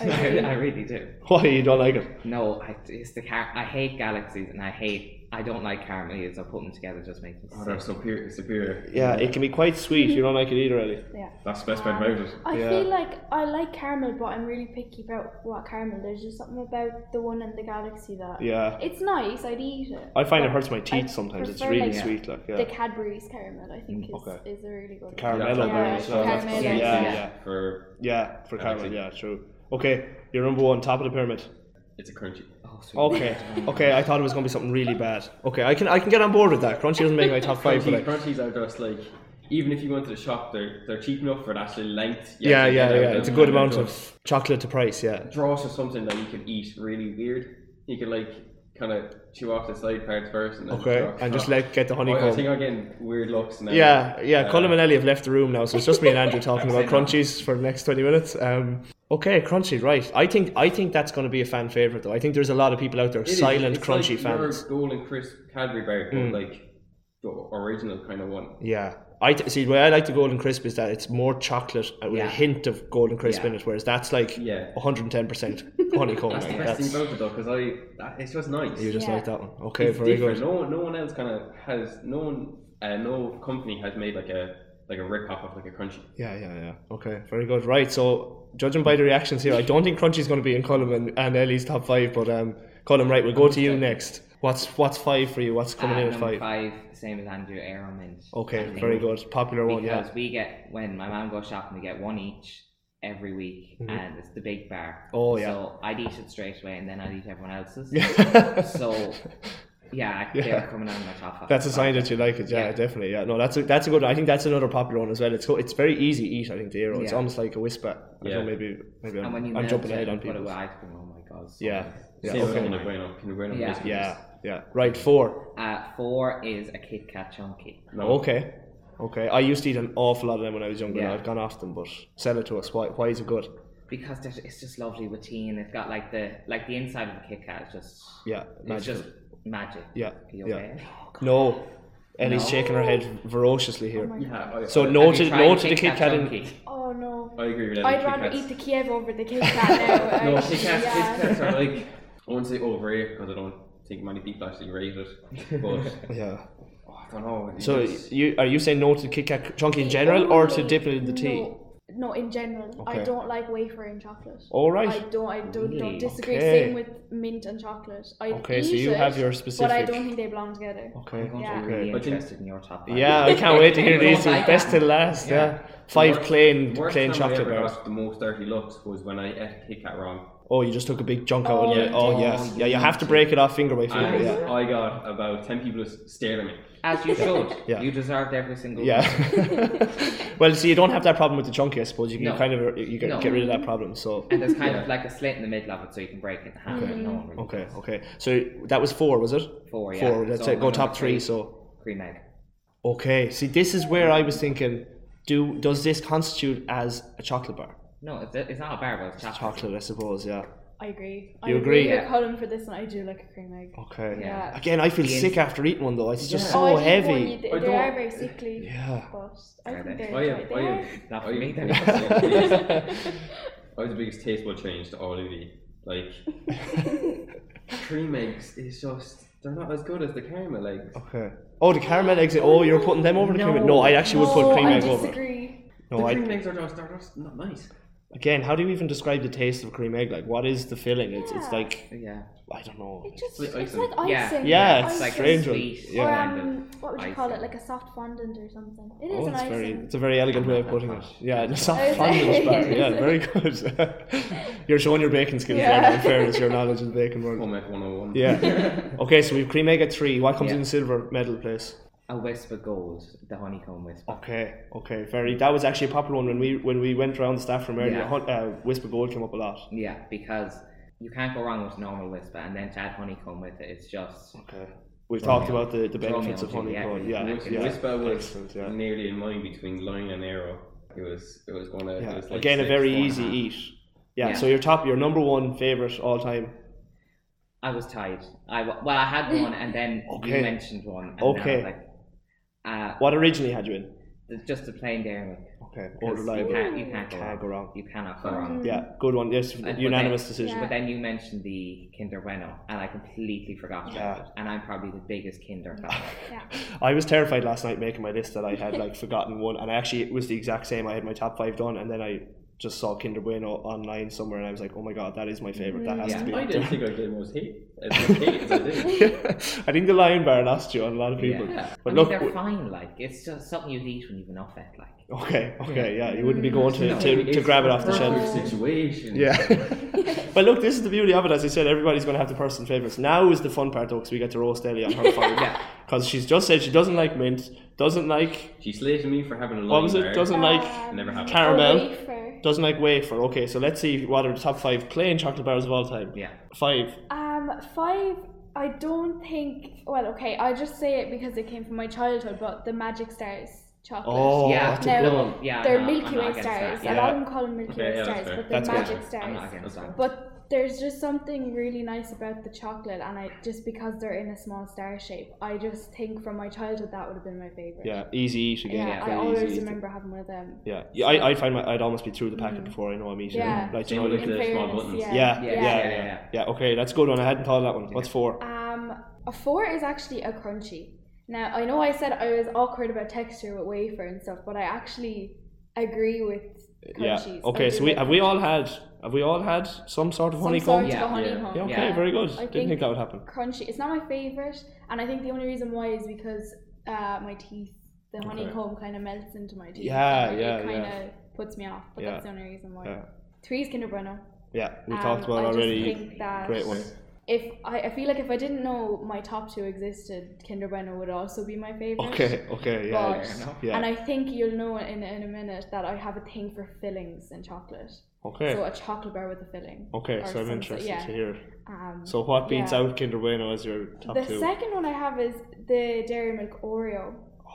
B: I agree.
D: I really do.
A: Why you don't like it?
D: No, I, it's the car- I hate galaxies and I hate. I don't like caramels. I put them together just makes me
C: Oh,
D: sick.
C: they're superior, superior.
A: Yeah, it can be quite sweet. You don't like it either, Ellie.
B: Yeah.
C: That's the best part about it.
B: I
A: Yeah.
B: feel like I like caramel, but I'm really picky about what caramel. There's just something about the one in the galaxy that
A: Yeah,
B: it's nice. I'd eat it.
A: I find it
B: but
A: hurts my teeth
B: I
A: sometimes. It's
B: prefer,
A: really
B: like,
A: sweet, like
B: The
A: yeah.
B: Cadbury's caramel, I think, is,
A: okay.
B: is a really good one.
A: Caramel
C: Yeah,
A: bar as well.
B: Caramel,
A: yeah,
B: yeah.
A: yeah,
C: For
A: yeah, for caramel.
C: Galaxy.
A: Yeah, true. Okay, you're number one, top of the pyramid.
C: it's a crunchy.
D: Oh, sweet.
A: Okay, okay. I thought it was gonna be something really bad. Okay, I can I can get on board with that. Crunchy doesn't make my top five, but
C: Crunchies,
A: I,
C: crunchies are just like even if you go into the shop, they're they're cheap enough for the actual length. You
A: yeah,
C: actually
A: yeah,
C: get out
A: yeah.
C: of
A: It's a
C: them
A: good
C: and
A: amount
C: they're
A: of chocolate to price. Yeah,
C: draws or something that you could eat really weird. You could like kind of chew off the side parts first, and then
A: okay,
C: draw-
A: and just
C: draw.
A: like get the
C: Oh, I
A: honeycomb.
C: think I'm getting weird looks now.
A: Yeah, yeah.
C: Uh,
A: Colin and Ellie have left the room now, so it's just me and Andrew talking about crunchies for the next twenty minutes. Um, okay, crunchy, right? I think I think that's going to be a fan favorite, though. I think there's a lot of people out there
C: it is-
A: silent
C: it's
A: crunchy
C: like
A: fans. Mm.
C: Your golden crisp Cadbury bar, but like the original kind of one.
A: Yeah, I th- see. The way I like the golden crisp is that it's more chocolate uh, with a
D: Yeah.
A: hint of golden crisp in
D: Yeah.
A: it, whereas that's like
C: Yeah.
A: one hundred and ten percent honeycomb.
C: That's the
A: like,
C: best
A: that's,
C: thing about it though, because I that, it's just nice.
A: you just
B: Yeah.
A: like that one. Okay,
C: it's
A: very
C: different.
A: good.
C: No, one- no one else kind of has no one. Uh, no company has made like a like a rip off of like a crunchy.
A: Yeah, yeah, yeah. Okay, very good. Right, so judging by the reactions here, I don't think Crunchy's going to be in Colin and, and Ellie's top five, but um, Colin, right, we'll go to you next. What's what's five for you? What's coming
D: Uh,
A: in at
D: number
A: five?
D: five, same as Andrew Aeromint.
A: Okay, very good. Popular one,
D: Because
A: yeah.
D: we get when my mum goes shopping, we get one each every week, and it's the big bar.
A: Mm-hmm. Oh, yeah.
D: So I'd eat it straight away, and then I'd eat everyone else's.
A: Yeah.
D: so yeah, I-
A: Yeah.
D: they're coming on my top. five.
A: That's a sign that you like it, yeah,
D: Yeah.
A: definitely. Yeah, no, that's a that's a good. I think that's another popular one as well. It's co- it's very easy to eat. I think the arrow. It's
D: Yeah.
A: almost like a whisper. I
C: Yeah.
A: don't know, maybe maybe
D: And when you
A: I'm, I'm
D: melt
A: jumping
D: it
A: ahead on
D: and put it
A: people.
D: away, I think, oh my god. so
A: Yeah,
D: nice.
A: yeah,
C: Same with
A: okay.
C: Kinder Bueno. Kinder Bueno
D: Yeah.
C: is good.
A: Yeah, yeah. Right, four.
D: Uh, four is a Kit Kat chunky.
C: No.
A: Okay, okay. I used to eat an awful lot of them when I was younger.
D: Yeah.
A: I've gone off them, but sell it to us. Why why is it good?
D: because there's- it's just lovely with tea, and it's got like the like the inside of the Kit Kat is just
A: Yeah,
D: it's
A: magical.
D: just magic.
A: Yeah,
D: Are you
A: yeah.
D: okay?
A: No, Ellie's
D: No.
A: shaking her head ferociously
B: Oh
A: here.
B: my God.
C: Yeah, I,
A: So
C: I,
A: no
D: Have you
A: to
D: tried
A: no to the Kit Kat.
D: chunky?
A: and-
B: Oh no.
C: I agree with that.
E: I'd rather eat the Kiev over the Kit Kat now.
C: No,
E: I-
C: Kit Kats,
E: yeah.
C: Kit Kats are like, I won't say overrated because I don't think many people actually rate it. But,
A: Yeah.
C: oh, I don't know. you
A: So
C: just-
A: you are you saying no to Kit Kat chunky in general, or to
B: Only-
A: dip it in the tea?
B: Oh, No, no, in general.
A: Okay.
B: I don't like wafer and chocolate.
A: All
B: I
A: right.
B: don't. I don't,
D: Really?
B: don't disagree.
A: Okay.
B: Same with mint and chocolate. I
A: Okay,
B: eat
A: so you
B: it,
A: have your
B: but I
A: specific- Oh.
B: don't think they belong together.
D: I'm
A: Okay.
D: going
B: Yeah.
D: to be really
C: I think-
D: interested in your top five.
A: Yeah, I can't wait to hear these. two.
D: Don't like
A: Best
D: that.
A: to last. Yeah.
C: Yeah.
A: Five
C: Worst-
A: plain
C: worst
A: plain
C: time I
A: chocolate
C: ever
A: bars.
C: got The most dirty looks was when I ate Kit Kat wrong.
A: Oh, you just took a big chunk out.
B: Oh,
A: of it. Oh
B: yeah.
A: yes. Yeah, you have to break it off finger by finger.
C: And
A: Yeah.
C: I got about 10 people staring at me.
D: As you should.
A: Yeah.
D: You deserved every single one.
A: Yeah. well, see, you don't have that problem with the chunky, I suppose. You can
D: No.
A: kind of you get,
D: No.
A: get rid of that problem. So
D: And there's kind of
C: Yeah.
D: like a slit in the middle of it so you can break it in half and no one really
A: Mm-hmm. okay, okay. So that was four, was it?
D: Four, Oh, yeah.
A: Four. That's
D: So
A: it. Go
D: my
A: top
D: number
A: three.
D: three.
A: So
D: cream egg.
A: okay. See, this is where I was thinking. Do does this constitute as a chocolate bar?
D: No, it's, it's not a bar, but it's chocolate.
A: Chocolate, I suppose. Yeah.
B: I agree.
A: You
B: I
A: agree?
B: agree
D: Yeah.
B: with Colin for this, and I do like a cream egg.
A: Okay.
D: Yeah.
A: Again, I feel
D: The
A: sick after eating one though. It's just
D: Yeah.
A: so
B: oh, I think one, you-
A: heavy.
B: They,
C: I
B: they
C: don't-
B: are very sickly.
A: Yeah.
B: But I
D: Are
B: think
D: they?
B: they're
C: I am,
B: enjoy- they
C: I
B: are.
C: am.
D: Not
C: I
D: for me, then.
C: I was the biggest taste bud change to all of you. Like, cream eggs is just, they're not as good as the caramel eggs.
A: Okay. Oh, the caramel eggs. Oh, you're putting them over the cream egg. No, I actually would put
B: No,
A: cream
B: I
A: egg over.
B: disagree.
A: No,
C: the
A: I,
C: cream eggs are just, they're just not nice.
A: Again, how do you even describe the taste of cream egg? Like, what is the filling? It's it's
B: Yeah.
A: like
D: Yeah.
A: I don't know.
B: It just,
C: Like
B: it's
C: icing.
B: like
D: Yeah.
B: icing.
A: Yeah,
D: It's
A: It's
D: like
A: strange one.
D: sweet.
A: Yeah.
B: Or
D: kind of
B: um, what would you call it?
D: icing.
B: Like a soft fondant or something. It is
A: Oh,
B: an
A: it's
B: icing.
A: very it's a very elegant way of putting it. Yeah, it's not
B: It's-
A: fondant, but yeah, very good. you're showing your baking skills there. now, In
B: Yeah.
A: fairness, your knowledge of the baking world.
C: Home Ec 101.
A: Yeah. Okay, so we've cream egg at three. What comes
D: Yeah.
A: in silver medal place?
D: A wisp of gold, the honeycomb wisp.
A: Okay, okay, very. That was actually a popular one when we when we went around the staff room earlier.
D: Yeah.
A: hun- Uh, Whisper gold came up a lot.
D: Yeah, because you can't go wrong with normal whisper, and then to add honeycomb with it, it's just
A: Okay. We've
D: Romeo.
A: talked about the, the
D: Romeo
A: benefits of
D: and Juliet,
A: honeycomb.
D: really.
A: Yeah,
D: Whis-
A: yeah.
C: Whisper was
A: Excellent, yeah.
C: nearly in mine between line and arrow. It was, it was going to,
A: Yeah.
C: it was like
A: Again, a
C: six,
A: very
C: four and a
A: easy
C: half.
A: eat. Yeah,
D: Yeah.
A: So your top, your number one favorite all time.
D: I was tied. I wa- well, I had one, and then
A: Okay.
D: you mentioned one. And
A: Okay.
D: Then I was like, uh,
A: What originally had you in?
D: th- just a plain dairy milk.
A: Okay, all
D: 'cause You
A: reliable.
D: can't, you can't go,
A: Can't
D: wrong.
A: go wrong.
D: You cannot go wrong.
A: Yeah, good one. Yes,
D: but
A: unanimous
D: then-
A: decision.
B: Yeah.
D: But then you mentioned the Kinder Bueno, and I completely forgot about
A: Yeah.
D: it. And I'm probably the biggest Kinder fan.
A: I was terrified last night making my list that I had like forgotten one, and actually it was the exact same. I had my top five done, and then I just saw Kinder Bueno online somewhere, and I was like, oh my god, that is my favorite. That has to
D: Yeah.
A: be.
C: I
A: up
C: didn't think I'd get most hate. As much hate as I did.
A: there. I think the Lion Bar lost you on a lot of people.
D: Yeah.
A: But
D: I mean,
A: look,
D: they're
A: w-
D: fine. Like it's just something you eat when you've enough it. Like
A: okay, okay, yeah, you wouldn't be going to,
D: No,
A: to, to
C: It's
A: grab it off the
C: perfect
A: shelf.
C: Situation.
A: Yeah. but look, this is the beauty of it. As I said, everybody's going to have the personal favourites. Now is the fun part, though, because we get to roast Ellie on her five.
D: Yeah.
A: Because she's just said she doesn't like mint, doesn't like,
C: She slated me for having a
A: what
C: long
A: was it? Doesn't like
C: Never happened.
A: caramel,
B: Um, wafer.
A: doesn't like wafer. Okay, so let's see what are the top five plain chocolate bars of all time.
D: yeah,
A: Five.
B: Um, five. I don't think. Well, okay. I just say it because it came from my childhood, but the Magic Stars chocolate.
A: Oh,
D: Yeah,
A: that's a
B: now-
A: good one.
D: yeah.
B: They're
D: no, I'm
B: Milky
D: not
B: Way
D: against that.
B: stars.
A: Yeah.
B: A lot of them call them Milky
C: Okay,
B: Way
C: yeah, that's
B: stars,
C: fair.
B: but they're
A: That's
B: Magic
A: good.
D: I'm not
B: Stars.
D: against that.
B: But there's just something really nice about the chocolate, and I just because they're in a small star shape, I just think from my childhood that would have been my favorite.
A: Yeah, easy eat again.
B: Yeah,
A: very
B: I
A: easy
B: always
A: eat.
B: remember having one of them.
A: Yeah, yeah I, I'd find my, I'd almost be through the packet before I know I'm eating.
B: Yeah.
A: Like, you
C: Same
A: know,
C: with
A: yeah,
B: In
C: the small
B: fairness,
C: buttons.
A: yeah, yeah,
B: Yeah.
A: yeah,
D: Yeah, yeah.
A: yeah. Okay, that's a good one. I hadn't thought of that one. What's four?
B: Um, a four is actually a crunchy. Now I know I said I was awkward about texture with wafer and stuff, but I actually agree with
A: Yeah.
B: crunchies. I
A: Okay.
B: do
A: So we
B: like
A: have we
B: crunchies.
A: all had have we all had some sort of
B: Some
A: honeycomb?
B: sort
D: Yeah,
B: of
C: yeah.
B: honeycomb.
A: Yeah. Okay.
D: Yeah.
A: Very good.
B: I
A: Didn't think,
B: think-
A: that would happen.
B: Crunchy. It's not my favorite, and I think the only reason why is because uh, my teeth, the
A: Okay.
B: honeycomb kind of melts into my teeth.
A: Yeah,
B: and
A: yeah,
B: It kind
A: yeah.
B: of puts me off, but
A: Yeah.
B: that's the only reason why.
A: Yeah.
B: Three is Kinder Bueno.
A: Yeah. We
B: Um,
A: talked about
B: I just
A: already.
B: think that
A: Great one.
B: If I, I feel like if I didn't know my top two existed, Kinder Bueno would also be my favorite.
A: Okay. Okay. Yeah.
B: But-
D: enough.
A: yeah.
B: And I think you'll know in, in a minute that I have a thing for fillings in chocolate.
A: okay.
B: So a chocolate bar with a filling.
A: okay.
B: or
A: So I'm
B: some
A: interested
B: sort-
A: to
B: yeah.
A: hear.
B: Um,
A: Oh, So what beats
B: yeah.
A: out Kinder Bueno as your top
B: the
A: two?
B: second one I have is the dairy milk Oreo.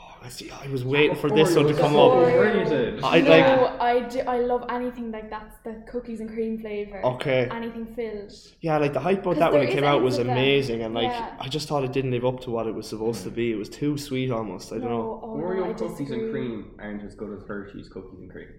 A: Oh, I see. I was waiting for this
C: Oreo
A: one to
C: was
A: come
C: so
A: up.
C: brilliant.
A: I
B: no,
A: like.
B: I, do, I love anything like that. The cookies and cream flavor.
A: Okay.
B: Anything filled.
A: Yeah, like the hype about
B: 'Cause
A: that when
B: there
A: it came
B: is
A: out was
B: ends of them.
A: amazing, and like
B: Yeah.
A: I just thought it didn't live up to what it was supposed to be. It was too sweet almost. I don't know.
B: No, oh, no, I
C: Oreo cookies
B: disagree.
C: and cream aren't as good as Hershey's cookies and cream.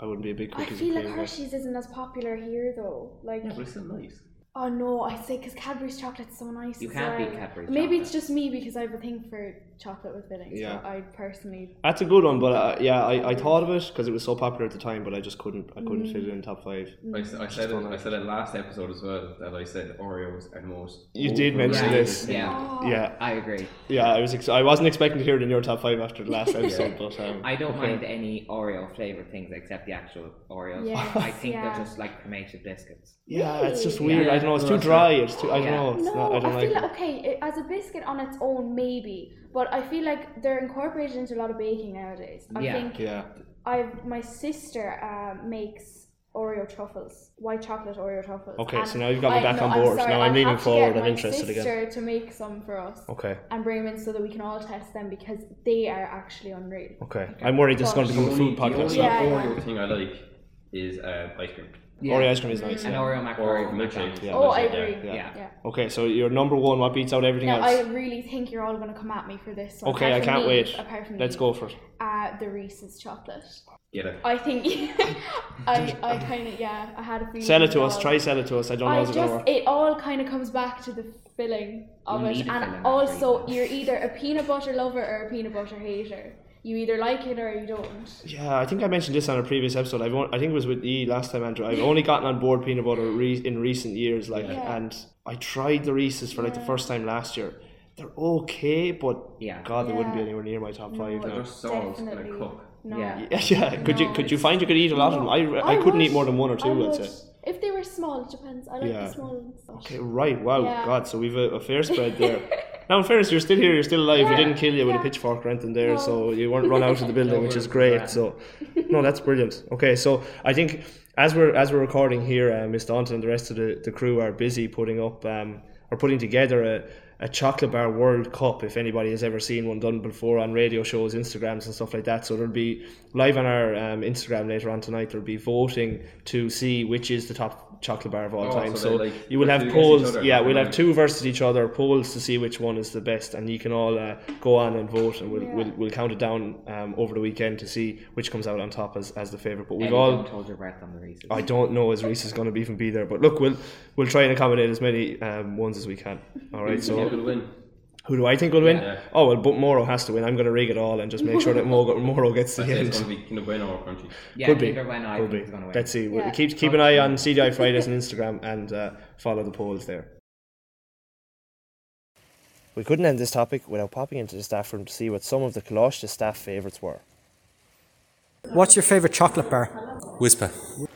A: I wouldn't be a big
B: I
A: cookies and
B: feel like
A: cream guy.
B: Hershey's isn't as popular here though. Like,
C: Yeah, but it's still nice.
B: oh no, I say because Cadbury's chocolate's so nice.
D: You
B: as
D: can't
B: well.
D: beat Cadbury's
B: Maybe it's
D: chocolate.
B: just me because I have a thing for chocolate with fillings.
A: Yeah.
B: but I personally.
A: That's a good one, but uh, yeah, I, I thought of it because it was so popular at the time, but I just couldn't I couldn't
B: Mm.
A: fit it in top five.
C: I, s- I said
A: don't
C: it, I
A: like
C: said it last episode as well that I said Oreos are the most.
A: You did mention
C: overrated
A: this.
C: thing.
D: Yeah.
B: Oh,
A: Yeah,
D: I agree.
A: yeah, I was ex- I wasn't expecting to hear it in your top five after the last episode, but um,
D: I don't mind any Oreo flavored things except the actual Oreos.
B: Yes,
D: I think
B: yeah.
D: they're just like cremated biscuits.
A: yeah, it's just
D: Really?
A: weird. I don't know. It's too
C: Yeah.
A: dry. It's too. I don't
D: Yeah.
A: know. It's
B: No,
A: not, I don't
B: feel
A: like.
B: like
A: it.
B: okay, it, as a biscuit on its own, maybe, but I feel like they're incorporated into a lot of baking nowadays. I
D: Yeah.
B: think
A: Yeah,
B: I my sister um, makes Oreo truffles, white chocolate Oreo truffles.
A: Okay,
B: and
A: so now you've got me
B: I-
A: back
B: no,
A: on board.
B: sorry,
A: Now I'm
B: I'll
A: leaning
B: have to
A: forward.
B: get
A: I'm
B: my
A: interested again.
B: sister to make some for us
A: okay,
B: and bring them in so that we can all test them because they are actually unreal.
A: okay. I'm worried this is going to
B: Gosh.
A: become a food
C: The only
A: podcast.
B: Yeah.
C: Oreo thing I like is uh, ice cream
D: Yeah.
A: Oreo ice cream is nice.
D: An
A: Yeah.
D: Oreo
C: or
D: macaroni.
C: milkshake.
A: Yeah,
B: Oh, I
C: Milkshake, yeah.
B: agree.
A: yeah.
D: Yeah.
A: Okay, so your number one. What beats out everything
B: Now I
A: else?
B: really think you're all going to come at me for this one.
A: Okay, I
B: apart from
A: can't
B: these-
A: wait.
B: Apart from
A: Let's
B: these.
A: go for it.
B: Uh, the Reese's chocolate.
C: Get it.
B: I think I, I kind of yeah. I had a feeling.
A: Sell it to
B: was
A: us.
B: all-
A: Try sell it to us. I don't know
B: I
A: how's it gonna
B: just
A: work.
B: it all kind of comes back to the filling of
D: You
B: it,
D: need a filling,
B: and
D: that's
B: also
D: right.
B: you're either a peanut butter lover or a peanut butter hater. You either like it or you don't.
A: Yeah, I think I mentioned this on a previous episode. I've on, I think it was with E last time, Andrew. I've only gotten on board peanut butter re- in recent years, like,
B: Yeah.
A: and I tried the Reese's for like the first time last year. They're okay, but
D: Yeah.
A: God, they wouldn't be
B: Yeah.
A: anywhere near my top five.
B: No,
A: now.
C: They're salt in a
B: Definitely
C: cup.
B: No.
D: Yeah.
A: Yeah, yeah. Could you
B: No,
A: could you
B: it's-
A: find you could eat a lot of them? I,
B: No,
A: I, couldn't
B: would.
A: eat more than one or
B: I
A: two. I'd
B: would.
A: say.
B: If they were small, it depends. I like
A: Yeah.
B: the small ones.
A: Okay, right. Wow,
B: Yeah.
A: God. So we've a, a fair spread there. now, in fairness, you're still here. You're still alive. We
B: Yeah,
A: didn't kill you with a
B: yeah.
A: pitchfork or anything there,
B: No.
A: so you weren't run out of the building,
D: No,
A: which is
D: we're
A: great.
D: grand.
A: So, no, that's brilliant. Okay, so I think as we're as we're recording here, uh, Miss Daunton and the rest of the, the crew are busy putting up um, or putting together a. A chocolate bar World Cup, if anybody has ever seen one done before on radio shows, Instagrams, and stuff like that. So there'll be live on our um, Instagram later on tonight. There'll be voting to see which is the top chocolate bar of all
C: Oh,
A: time.
C: so
A: So,
C: they, like,
A: you will
C: put
A: have
C: two against each
A: polls.
C: other,
A: Yeah,
C: not
A: we'll have
C: mine.
A: two versus each other polls to see which one is the best, and you can all uh, go on and vote, and we'll, we'll, we'll count it down um, over the weekend to see which comes out on top as, as the favorite. But we've
D: And you
A: all.
D: don't hold your breath on the Reese's.
A: I don't know is Reese is going to be even be there, but look, we'll we'll try and accommodate as many um, ones as we can. All right,
C: So
A: so
C: it'll win.
A: who do I think will win?
C: Yeah.
A: Oh well, but Moro has to win. I'm going to rig it all and just make sure that Moro, Moro gets the
C: I say It's
A: end.
C: going to be kind of win our country.
D: yeah,
A: could be.
D: either when I
A: Could
D: think
A: be.
D: it's gonna win.
A: Let's see. We'll-
B: Yeah.
A: Keep keep an eye on CDI Fridays on Instagram and uh, follow the polls there. We couldn't end this topic without popping into the staff room to see what some of the Colosh staff favourites were.
F: What's your favourite chocolate bar?
G: Whisper.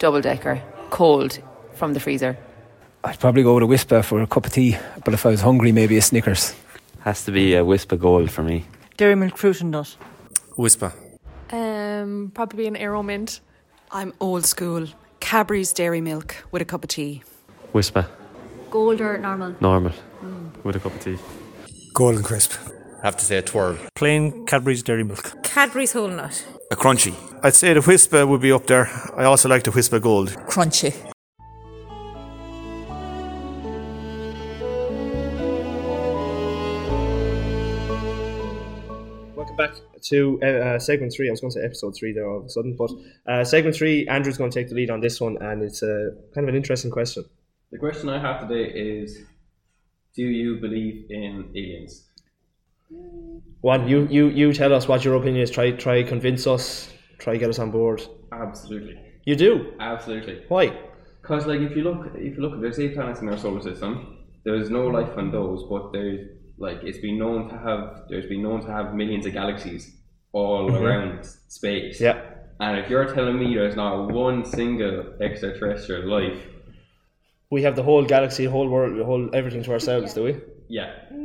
H: double decker, cold from the freezer.
I: I'd probably go with a whisper for a cup of tea, but if I was hungry, maybe a Snickers.
J: Has to be a Whisper Gold for me.
K: Dairy milk fruit and nut.
G: Whisper.
K: Um, probably an arrow mint.
L: I'm old school. Cadbury's Dairy Milk with a cup of tea.
J: Whisper.
L: Gold or normal?
J: Normal. With a cup of tea.
I: Golden crisp.
G: Have to say a twirl.
I: Plain Cadbury's Dairy Milk.
H: Cadbury's whole nut.
G: A crunchy.
I: I'd say the whisper would be up there. I also like the whisper gold.
K: Crunchy.
A: Welcome back to uh, uh, segment three. I was going to say episode three there all of a sudden, but uh, segment three. Andrew's going to take the lead on this one, and it's a kind of an interesting question.
C: The question I have today is Do you believe in aliens?
A: One, you you you tell us what your opinion is. Try try convince us. Try get us on board.
C: Absolutely.
A: You do.
C: Absolutely.
A: Why?
C: Because like if you look if you look there's eight planets in our solar system, there's no life on those, but there's like it's been known to have there's been known to have millions of galaxies all around space.
A: Yeah.
C: And if you're telling me there's not one single extraterrestrial life,
A: We have the whole galaxy, whole world, the whole everything to ourselves, do we?
C: yeah. No,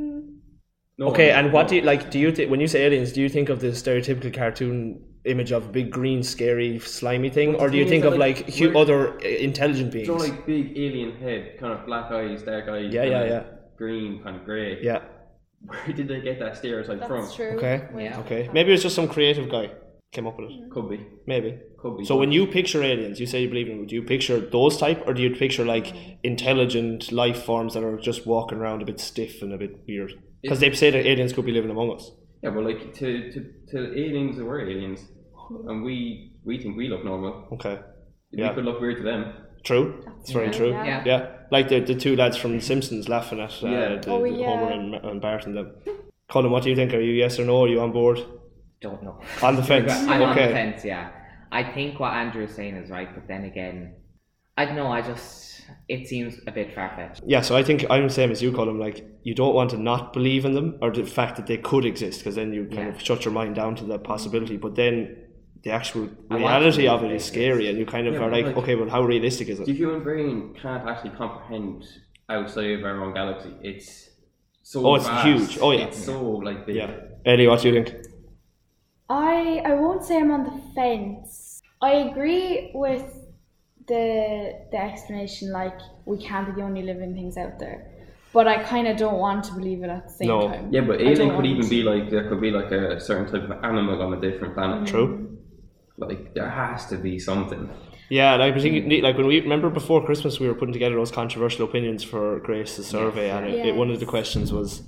A: Mm. Okay,
C: no,
A: and what
C: no.
A: do you like? Do you think when you say aliens, do you think of the stereotypical cartoon image of big green, scary, slimy thing,
C: Well,
A: or
C: the
A: do you
C: thing
A: think
C: is
A: of
C: that, like,
A: like hu-
C: we're-
A: other uh, intelligent beings?
C: Do you know, like big alien head, kind of black eyes, dark eyes.
A: Yeah, yeah,
C: kinda
A: yeah.
C: Green, kind of grey.
A: yeah,
C: where did they get that stereotype from?
A: Okay. Okay. Maybe it was just some creative guy came up with it.
C: Could be.
A: Maybe.
C: Could be.
A: So when you picture aliens, you say you believe in them. Do you picture those type, or do you picture like intelligent life forms that are just walking around a bit stiff and a bit weird? Because they say that aliens could be living among us.
C: Yeah, well, like to to to aliens, that we're aliens, and we we think we look normal.
A: Okay.
C: We could look weird to them.
A: True. It's very
C: Yeah.
A: true.
C: Yeah.
A: Like the, the two lads from The Simpsons laughing at uh,
C: Yeah.
A: the,
C: Oh,
A: the
C: yeah.
A: Homer and, and Bart and them. Colin, what do you think? Are you yes or no? Are you on board?
D: Don't know.
A: On the fence.
D: I'm
A: okay.
D: on the fence, yeah. I think what Andrew is saying is right, but then again, I don't know, I just, it seems a bit far fetched.
A: Yeah, so I think I'm the same as you, Colin. Like, you don't want to not believe in them or the fact that they could exist because then you kind of shut your mind down to that possibility. But then the actual
C: I want
A: reality
C: to
A: of it is scary, and you kind of
C: Yeah,
A: are
C: but
A: like,
C: like-
A: okay, well, how realistic is
C: The
A: it?
C: human brain can't actually comprehend outside of our own galaxy. It's so
A: Oh, it's
C: vast.
A: huge. Oh, yeah.
C: It's so like big. Yeah.
A: Ellie, what do you think?
B: I I won't say I'm on the fence. I agree with the the explanation like we can't be the only living things out there. But I kind of don't want to believe it at the same time.
C: Yeah, but
B: I don't
C: alien could
B: want
C: even
B: to. Mm.
C: be like there could be like a certain type of animal on a different planet.
A: True.
C: Like there has to be something.
A: Yeah, like particularly like when we remember before Christmas, we were putting together those controversial opinions for Grace's survey, and it, it, one of the questions was,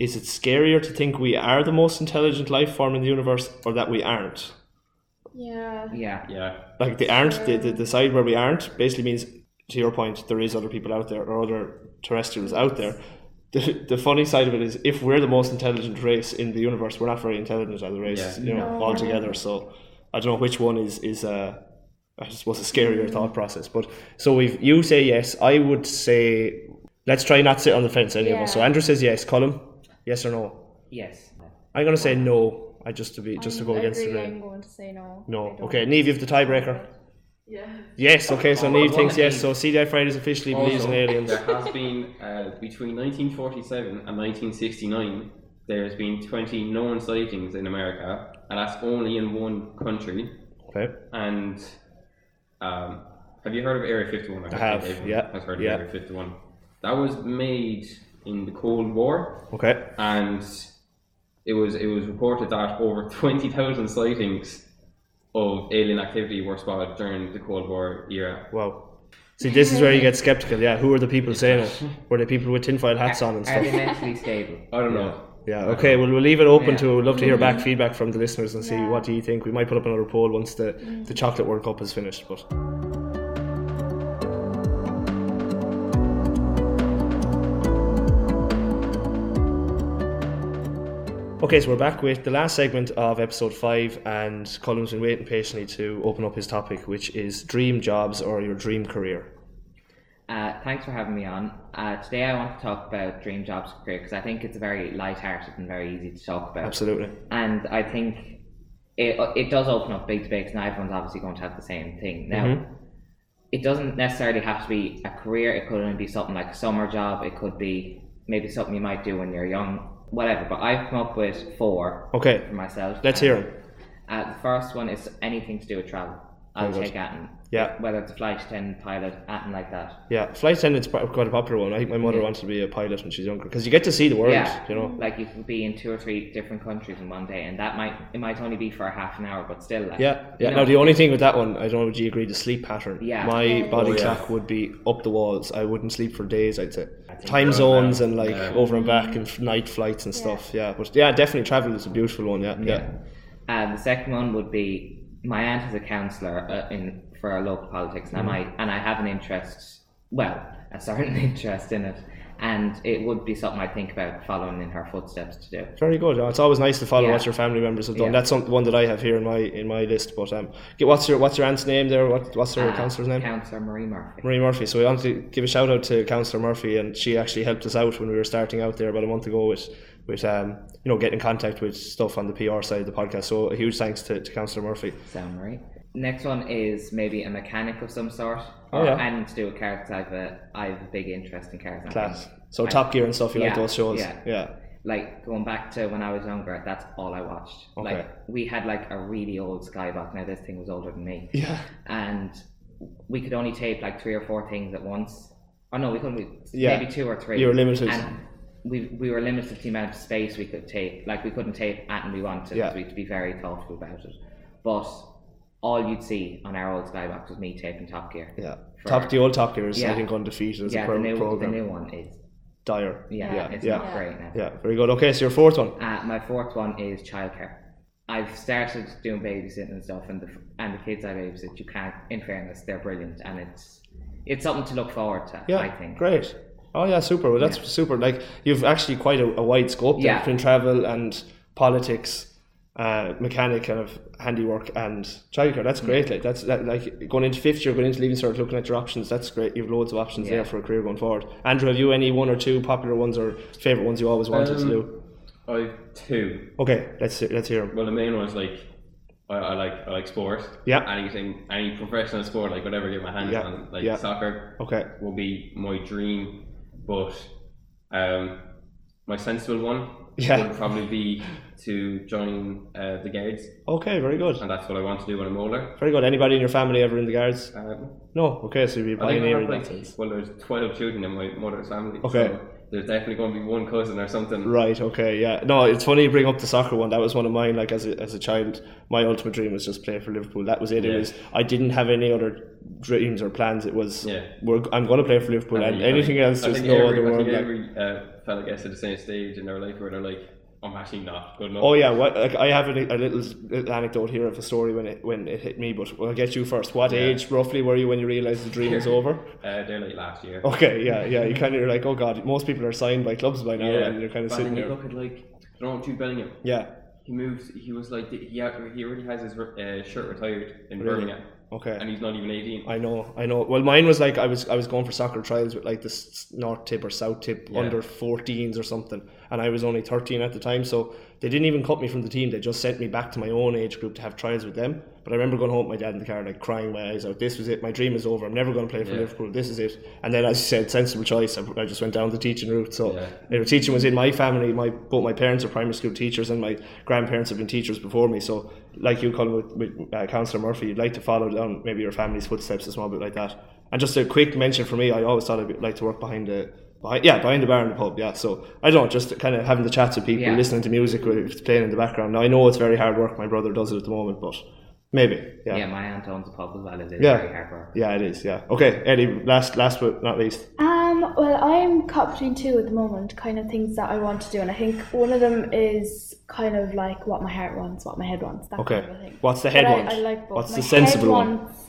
A: is it scarier to think we are the most intelligent life form in the universe, or that we aren't?
B: Yeah.
D: Yeah.
C: Yeah.
A: Like the aren't the, the, the side where we aren't basically means to your point there is other people out there or other terrestrials out there. The, the funny side of it is if we're the most intelligent race in the universe, we're not very intelligent as a race,
C: Yeah.
A: you know,
C: No.
A: altogether. So I don't know which one is is uh, I suppose a scarier thought process. But so if you say yes, I would say let's try not sit on the fence any of us.
D: Yeah.
A: So Andrew says yes, Colin, yes or no?
D: Yes.
A: I'm gonna say no. I just to be just to go against the
B: agree,
A: grain.
B: I'm going to say no.
A: No. Okay, Neve, you have the tiebreaker.
B: Yeah.
A: Yes, okay, so
C: Oh,
A: Neve
C: well,
A: thinks
C: Neve.
A: yes, so CDI Fridays officially believes in
C: Also,
A: aliens.
C: There has been uh, between 1947 and 1969. There's been 20 known sightings in America, and that's only in one country.
A: Okay.
C: And um, have you heard of Area 51?
A: I
C: think
A: have,
C: everyone
A: yeah,
C: Has heard
A: yeah.
C: of Area 51. That was made in the Cold War.
A: Okay.
C: And it was it was reported that over 20,000 sightings of alien activity were spotted during the Cold War era.
A: Wow. See, this is where you get skeptical, yeah. Who are the people saying it? Were they people with tinfoil hats on and
D: Are they
A: stuff?
D: mentally stable?
C: I don't know.
A: Yeah, okay, well, we'll leave it open to, we'd love to hear back
D: Mhm.
A: feedback from the listeners and see what do you think. We might put up another poll once the, the Chocolate World Cup is finished, but... Okay, so we're back with the last segment of episode five, and Colin's been waiting patiently to open up his topic, which is dream jobs or your dream career.
D: Uh, thanks for having me on. Uh, today I want to talk about dream jobs career because I think it's very light-hearted and very easy to talk about.
A: Absolutely.
D: And I think it it does open up big debates, and everyone's obviously going to have the same thing now.
A: Mhm.
D: It doesn't necessarily have to be a career. It could only be something like a summer job. It could be maybe something you might do when you're young, whatever. But I've come up with four.
A: Okay.
D: For myself.
A: Let's hear
D: Um,
A: 'em.
D: Uh, the first one is anything to do with travel. I'll
A: Very good.
D: take Atten.
A: Yeah.
D: Whether it's a flight attendant, pilot, Atten like that.
A: Yeah, flight attendant's pa- quite a popular one. I think my mother
D: Yeah.
A: wanted to be a pilot when she's younger because you get to see the world,
D: yeah,
A: you know.
D: like you could be in two or three different countries in one day, and that might it might only be for a half an hour, but still, like,
A: Yeah,
D: you
A: yeah.
D: know,
A: Now the only thing with that one, I don't know. Would you agree? The sleep pattern.
D: Yeah.
A: My
D: Oh,
A: body
D: yeah.
A: clock would be up the walls. I wouldn't sleep for days. I'd say. Time
D: so.
A: zones and like
D: Yeah.
A: over and back and f- night flights and stuff. Yeah, but yeah, definitely travel is a beautiful one. Yeah, yeah.
D: Uh, the second one would be my aunt is a counsellor uh, in for our local politics, and
A: Mhm.
D: I might and I have an interest, well, a certain interest in it, and it would be something I think about following in her footsteps to do.
A: Very good. Oh, It's always nice to follow
D: Yeah.
A: what your family members have done.
D: Yeah.
A: That's some, one that I have here in my in my list. But um, get- what's your what's your aunt's name there? What what's her
D: Uh,
A: counselor's name?
D: Councillor Marie Murphy.
A: Marie Murphy. So we want to give a shout out to Councillor Murphy, and she actually helped us out when we were starting out there about a month ago with, with um, you know, getting in contact with stuff on the PR side of the podcast. So a huge thanks to, to Councillor Murphy.
D: Sound right. Next one is maybe a mechanic of some sort,
A: Oh,
D: or
A: yeah.
D: and to do with cars. 'cause I have a I have a big interest in cars. and I
A: Class.
D: think-
A: So
D: I-
A: Top Gear and stuff, you like those shows? Yeah.
D: Like going back to when I was younger, that's all I watched.
A: Okay.
D: Like we had like a really old Skybox. Now this thing was older than me.
A: Yeah.
D: And we could only tape like three or four things at once. Oh no, we couldn't. do-
A: Yeah.
D: Maybe two or three.
A: You were limited.
D: And we we were limited to the amount of space we could take. Like we couldn't take anything we wanted. 'cause
A: Yeah.
D: We had to be very thoughtful about it. But all you'd see on our old skybox was me taping Top Gear.
A: Yeah.
D: For-
A: Top the old Top Gear is I think undefeated as
D: yeah,
A: a pro-
D: the new,
A: program.
D: The new one is
A: Dire.
D: Yeah,
A: yeah,
D: it's
A: yeah.
D: not great now.
A: Yeah, very good. Okay, so your fourth one.
D: Uh, my fourth one is childcare. I've started doing babysitting and stuff, and the and the kids I babysit, you can't. In fairness, they're brilliant, and it's it's something to look forward to.
A: Yeah,
D: I think.
A: great. Oh yeah, super. Well, that's super. Like you've actually quite a, a wide scope there
D: Yeah.
A: between travel and politics, uh, mechanic kind of handiwork and childcare.
D: Mm.
A: That's great. Like that's that, like going into fifth year, going into leaving cert, looking at your options. That's great. You've loads of options
C: Yeah.
A: there for a career going forward. Andrew, have you any one or two popular ones or favorite ones you always wanted to
C: Um,
A: do?
C: I've two.
A: Okay, let's let's hear 'em.
C: Well, the main one is like I, I like I like sport.
A: Yeah.
C: Anything, any professional sport, like whatever I get my hands
A: Yeah,
C: on, like
A: yeah.
C: soccer.
A: Okay.
C: Will be my dream, but um, my sensible one
A: Yeah.
C: would probably be to join uh, the guards.
A: Okay, very good.
C: And that's what I want to do when I'm older.
A: Very good. Anybody in your family ever in the guards? no. Okay, so you'd be a
C: Uh, I think I
A: pioneer
C: have,
A: in that
C: like,
A: sense.
C: well, there's twelve children in my mother's family.
A: Okay.
C: so there's definitely going to be one cousin or something.
A: Right. Okay. Yeah. No, it's funny you bring up the soccer one. That was one of mine. Like as a, as a child, my ultimate dream was just play for Liverpool. That was it. It
C: Yeah.
A: was I didn't have any other dreams or plans. It was
C: Yeah.
A: we're, I'm going to play for Liverpool,
C: I
A: and
C: think- I
A: anything
C: think-
A: else
C: I
A: there's
C: think
A: no
C: every,
A: other
C: I
A: world.
C: think
A: like-
C: every uh, fella gets to the same stage in their life where they're like, "Oh, I'm actually not good enough.
A: Oh yeah, what, like I have a, li- a little, little anecdote here of a story when it when it hit me, but I'll get you first. What
C: Yeah.
A: age roughly were you when you realised the dream was over?
C: Uh, they're like last year.
A: Okay, yeah, yeah. You kind of you're like, oh god, most people are signed by clubs by now,
C: Yeah.
A: and you're kind of
C: But
A: sitting
C: then you
A: there.
C: look at like, I don't know, Jude Bellingham.
A: Yeah.
C: He moves. He was like, he had, he already has his uh, shirt retired in
A: Really? Oh,
C: Birmingham.
A: Okay.
C: And he's not even 18.
A: I know, I know. Well, mine was like I was I was going for soccer trials with like this North Tip or South Tip
C: Yeah.
A: under 14s or something, and I was only 13 at the time, so they didn't even cut me from the team. They just sent me back to my own age group to have trials with them. But I remember going home with my dad in the car, like crying my eyes out. This was it. My dream is over. I'm never going to play for
C: Yeah.
A: Liverpool. This is it. And then, as you said, sensible choice. I, I just went down the teaching route. So
C: Yeah.
A: you know, teaching was in my family. My both my parents are primary school teachers, and my grandparents have been teachers before me. So, like you, Colin, with, with uh, Councillor Murphy, you'd like to follow down maybe your family's footsteps a small bit like that. And just a quick mention for me, I always thought I'd be- like to work behind the. Behind, yeah, behind the bar in the pub. Yeah, so I don't know, just kind of having the chats with people,
D: Yeah.
A: listening to music with- if it's playing in the background. Now I know it's very hard work. My brother does it at the moment, but maybe. Yeah,
D: Yeah. my aunt owns a pub as well. It is
A: yeah,
D: very hard work.
A: yeah, it is. Yeah. Okay, Eddie. Last, last but not least.
B: Um, well, I'm caught between two at the moment, kind of things that I want to do, and I think one of them is kind of like what my heart wants, what my head wants, that
A: Okay.
B: kind of a thing.
A: What's the head
B: But I-
A: want?
B: I, like both.
A: What's
B: my
A: the sensible
B: head
A: one?
B: wants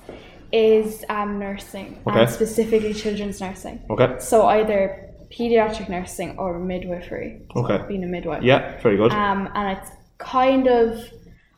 B: Is um, nursing,
A: Okay.
B: and specifically children's nursing.
A: Okay.
B: So either pediatric nursing or midwifery.
A: Okay.
B: Being a midwife.
A: Yeah, very good.
B: Um, and it's kind of,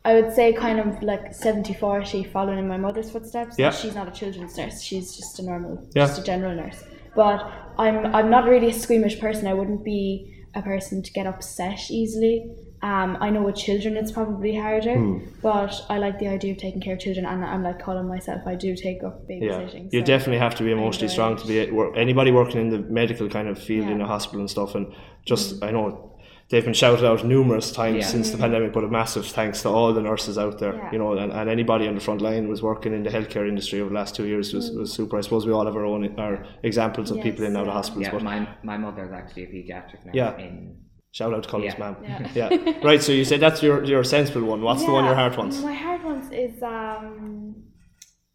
B: I would say, kind of like 70 40 following in my mother's footsteps.
A: Yeah.
B: She's not a children's nurse, she's just a normal,
A: Yeah.
B: just a general nurse. But I'm, I'm not really a squeamish person. I wouldn't be a person to get upset easily. Um, I know with children it's probably harder,
A: Hmm.
B: but I like the idea of taking care of children, and I'm like calling myself, I do take up
A: Yeah,
B: babysitting.
A: you
B: so-
A: definitely have to be emotionally strong to be a- wor- anybody working in the medical kind of field in a hospital and stuff. And just I know they've been shouted out numerous times
D: Yeah.
A: since the
D: Mm.
A: pandemic, but a massive thanks to all the nurses out there.
B: Yeah.
A: You know, and, and anybody on the front line was working in the healthcare industry over the last two years was,
D: Mm.
A: was super. I suppose we all have our own our examples of people in and out of hospitals,
D: Yeah,
A: but
D: my my mother's actually a pediatric nurse.
A: Yeah.
D: In,
A: shout out to Colin's
D: Yeah.
A: ma'am. Yeah.
D: Yeah.
A: right. So you said that's your your sensible one. What's the one your
B: Yeah,
A: heart wants?
B: My heart wants is um,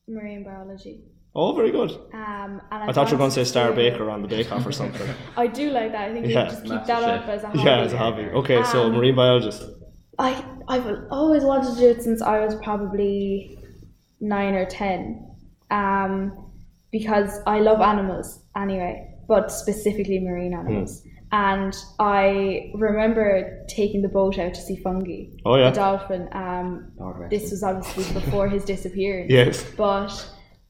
B: marine biology.
A: Oh, very good.
B: Um, and
A: I thought you were going to say
B: wanted
A: Star
B: do-
A: Baker on the Bake Off or something.
B: I do like that. I think you just keep that up as a hobby.
A: Yeah, as a hobby. Okay, so
B: Um,
A: marine biologist.
B: I I've always wanted to do it since I was probably nine or ten, um, because I love animals anyway, but specifically marine
A: Hmm.
B: animals. And I remember taking the boat out to see fungi.
A: Oh, yeah.
B: The dolphin. Um,
D: Lord rest
B: this was obviously before his disappearance.
A: Yes.
B: But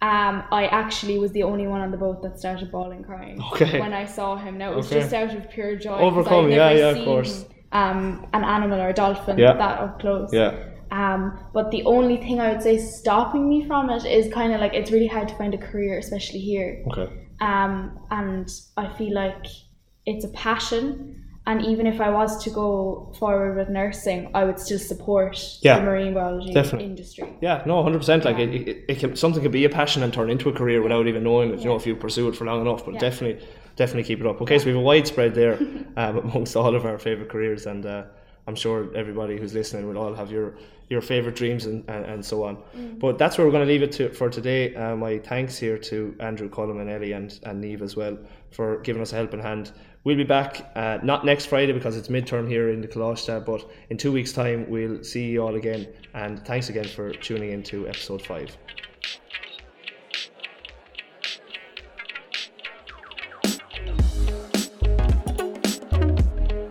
B: um, I actually was the only one on the boat that started bawling crying
A: Okay.
B: when I saw him. Now it was
A: Okay.
B: just out of pure joy. 'cause I'd
A: Overcome, yeah,
B: never
A: yeah, of
B: seen,
A: course.
B: Um, an animal or a dolphin
A: Yeah.
B: that up close.
A: Yeah.
B: Um, but the only thing I would say stopping me from it is kind of like it's really hard to find a career, especially here.
A: Okay.
B: Um, and I feel like it's a passion. And even if I was to go forward with nursing, I would still support
A: Yeah,
B: the marine biology
A: definitely.
B: industry.
A: Yeah, no, hundred percent. Like it, it, it can, something can be a passion and turn into a career without even knowing it. You know, if you pursue it for long enough. But
B: Yeah.
A: definitely, definitely keep it up. Okay, so we have a widespread there um, amongst all of our favorite careers, and uh, I'm sure everybody who's listening will all have your your favorite dreams and, and, and so on.
M: Mm.
A: But that's where we're going to leave it to, for today. Uh, my thanks here to Andrew Cullen and Ellie and, and Neve as well for giving us a helping hand. We'll be back uh, not next Friday because it's midterm here in the Kalashta, but in two weeks' time we'll see you all again. And thanks again for tuning in to episode five.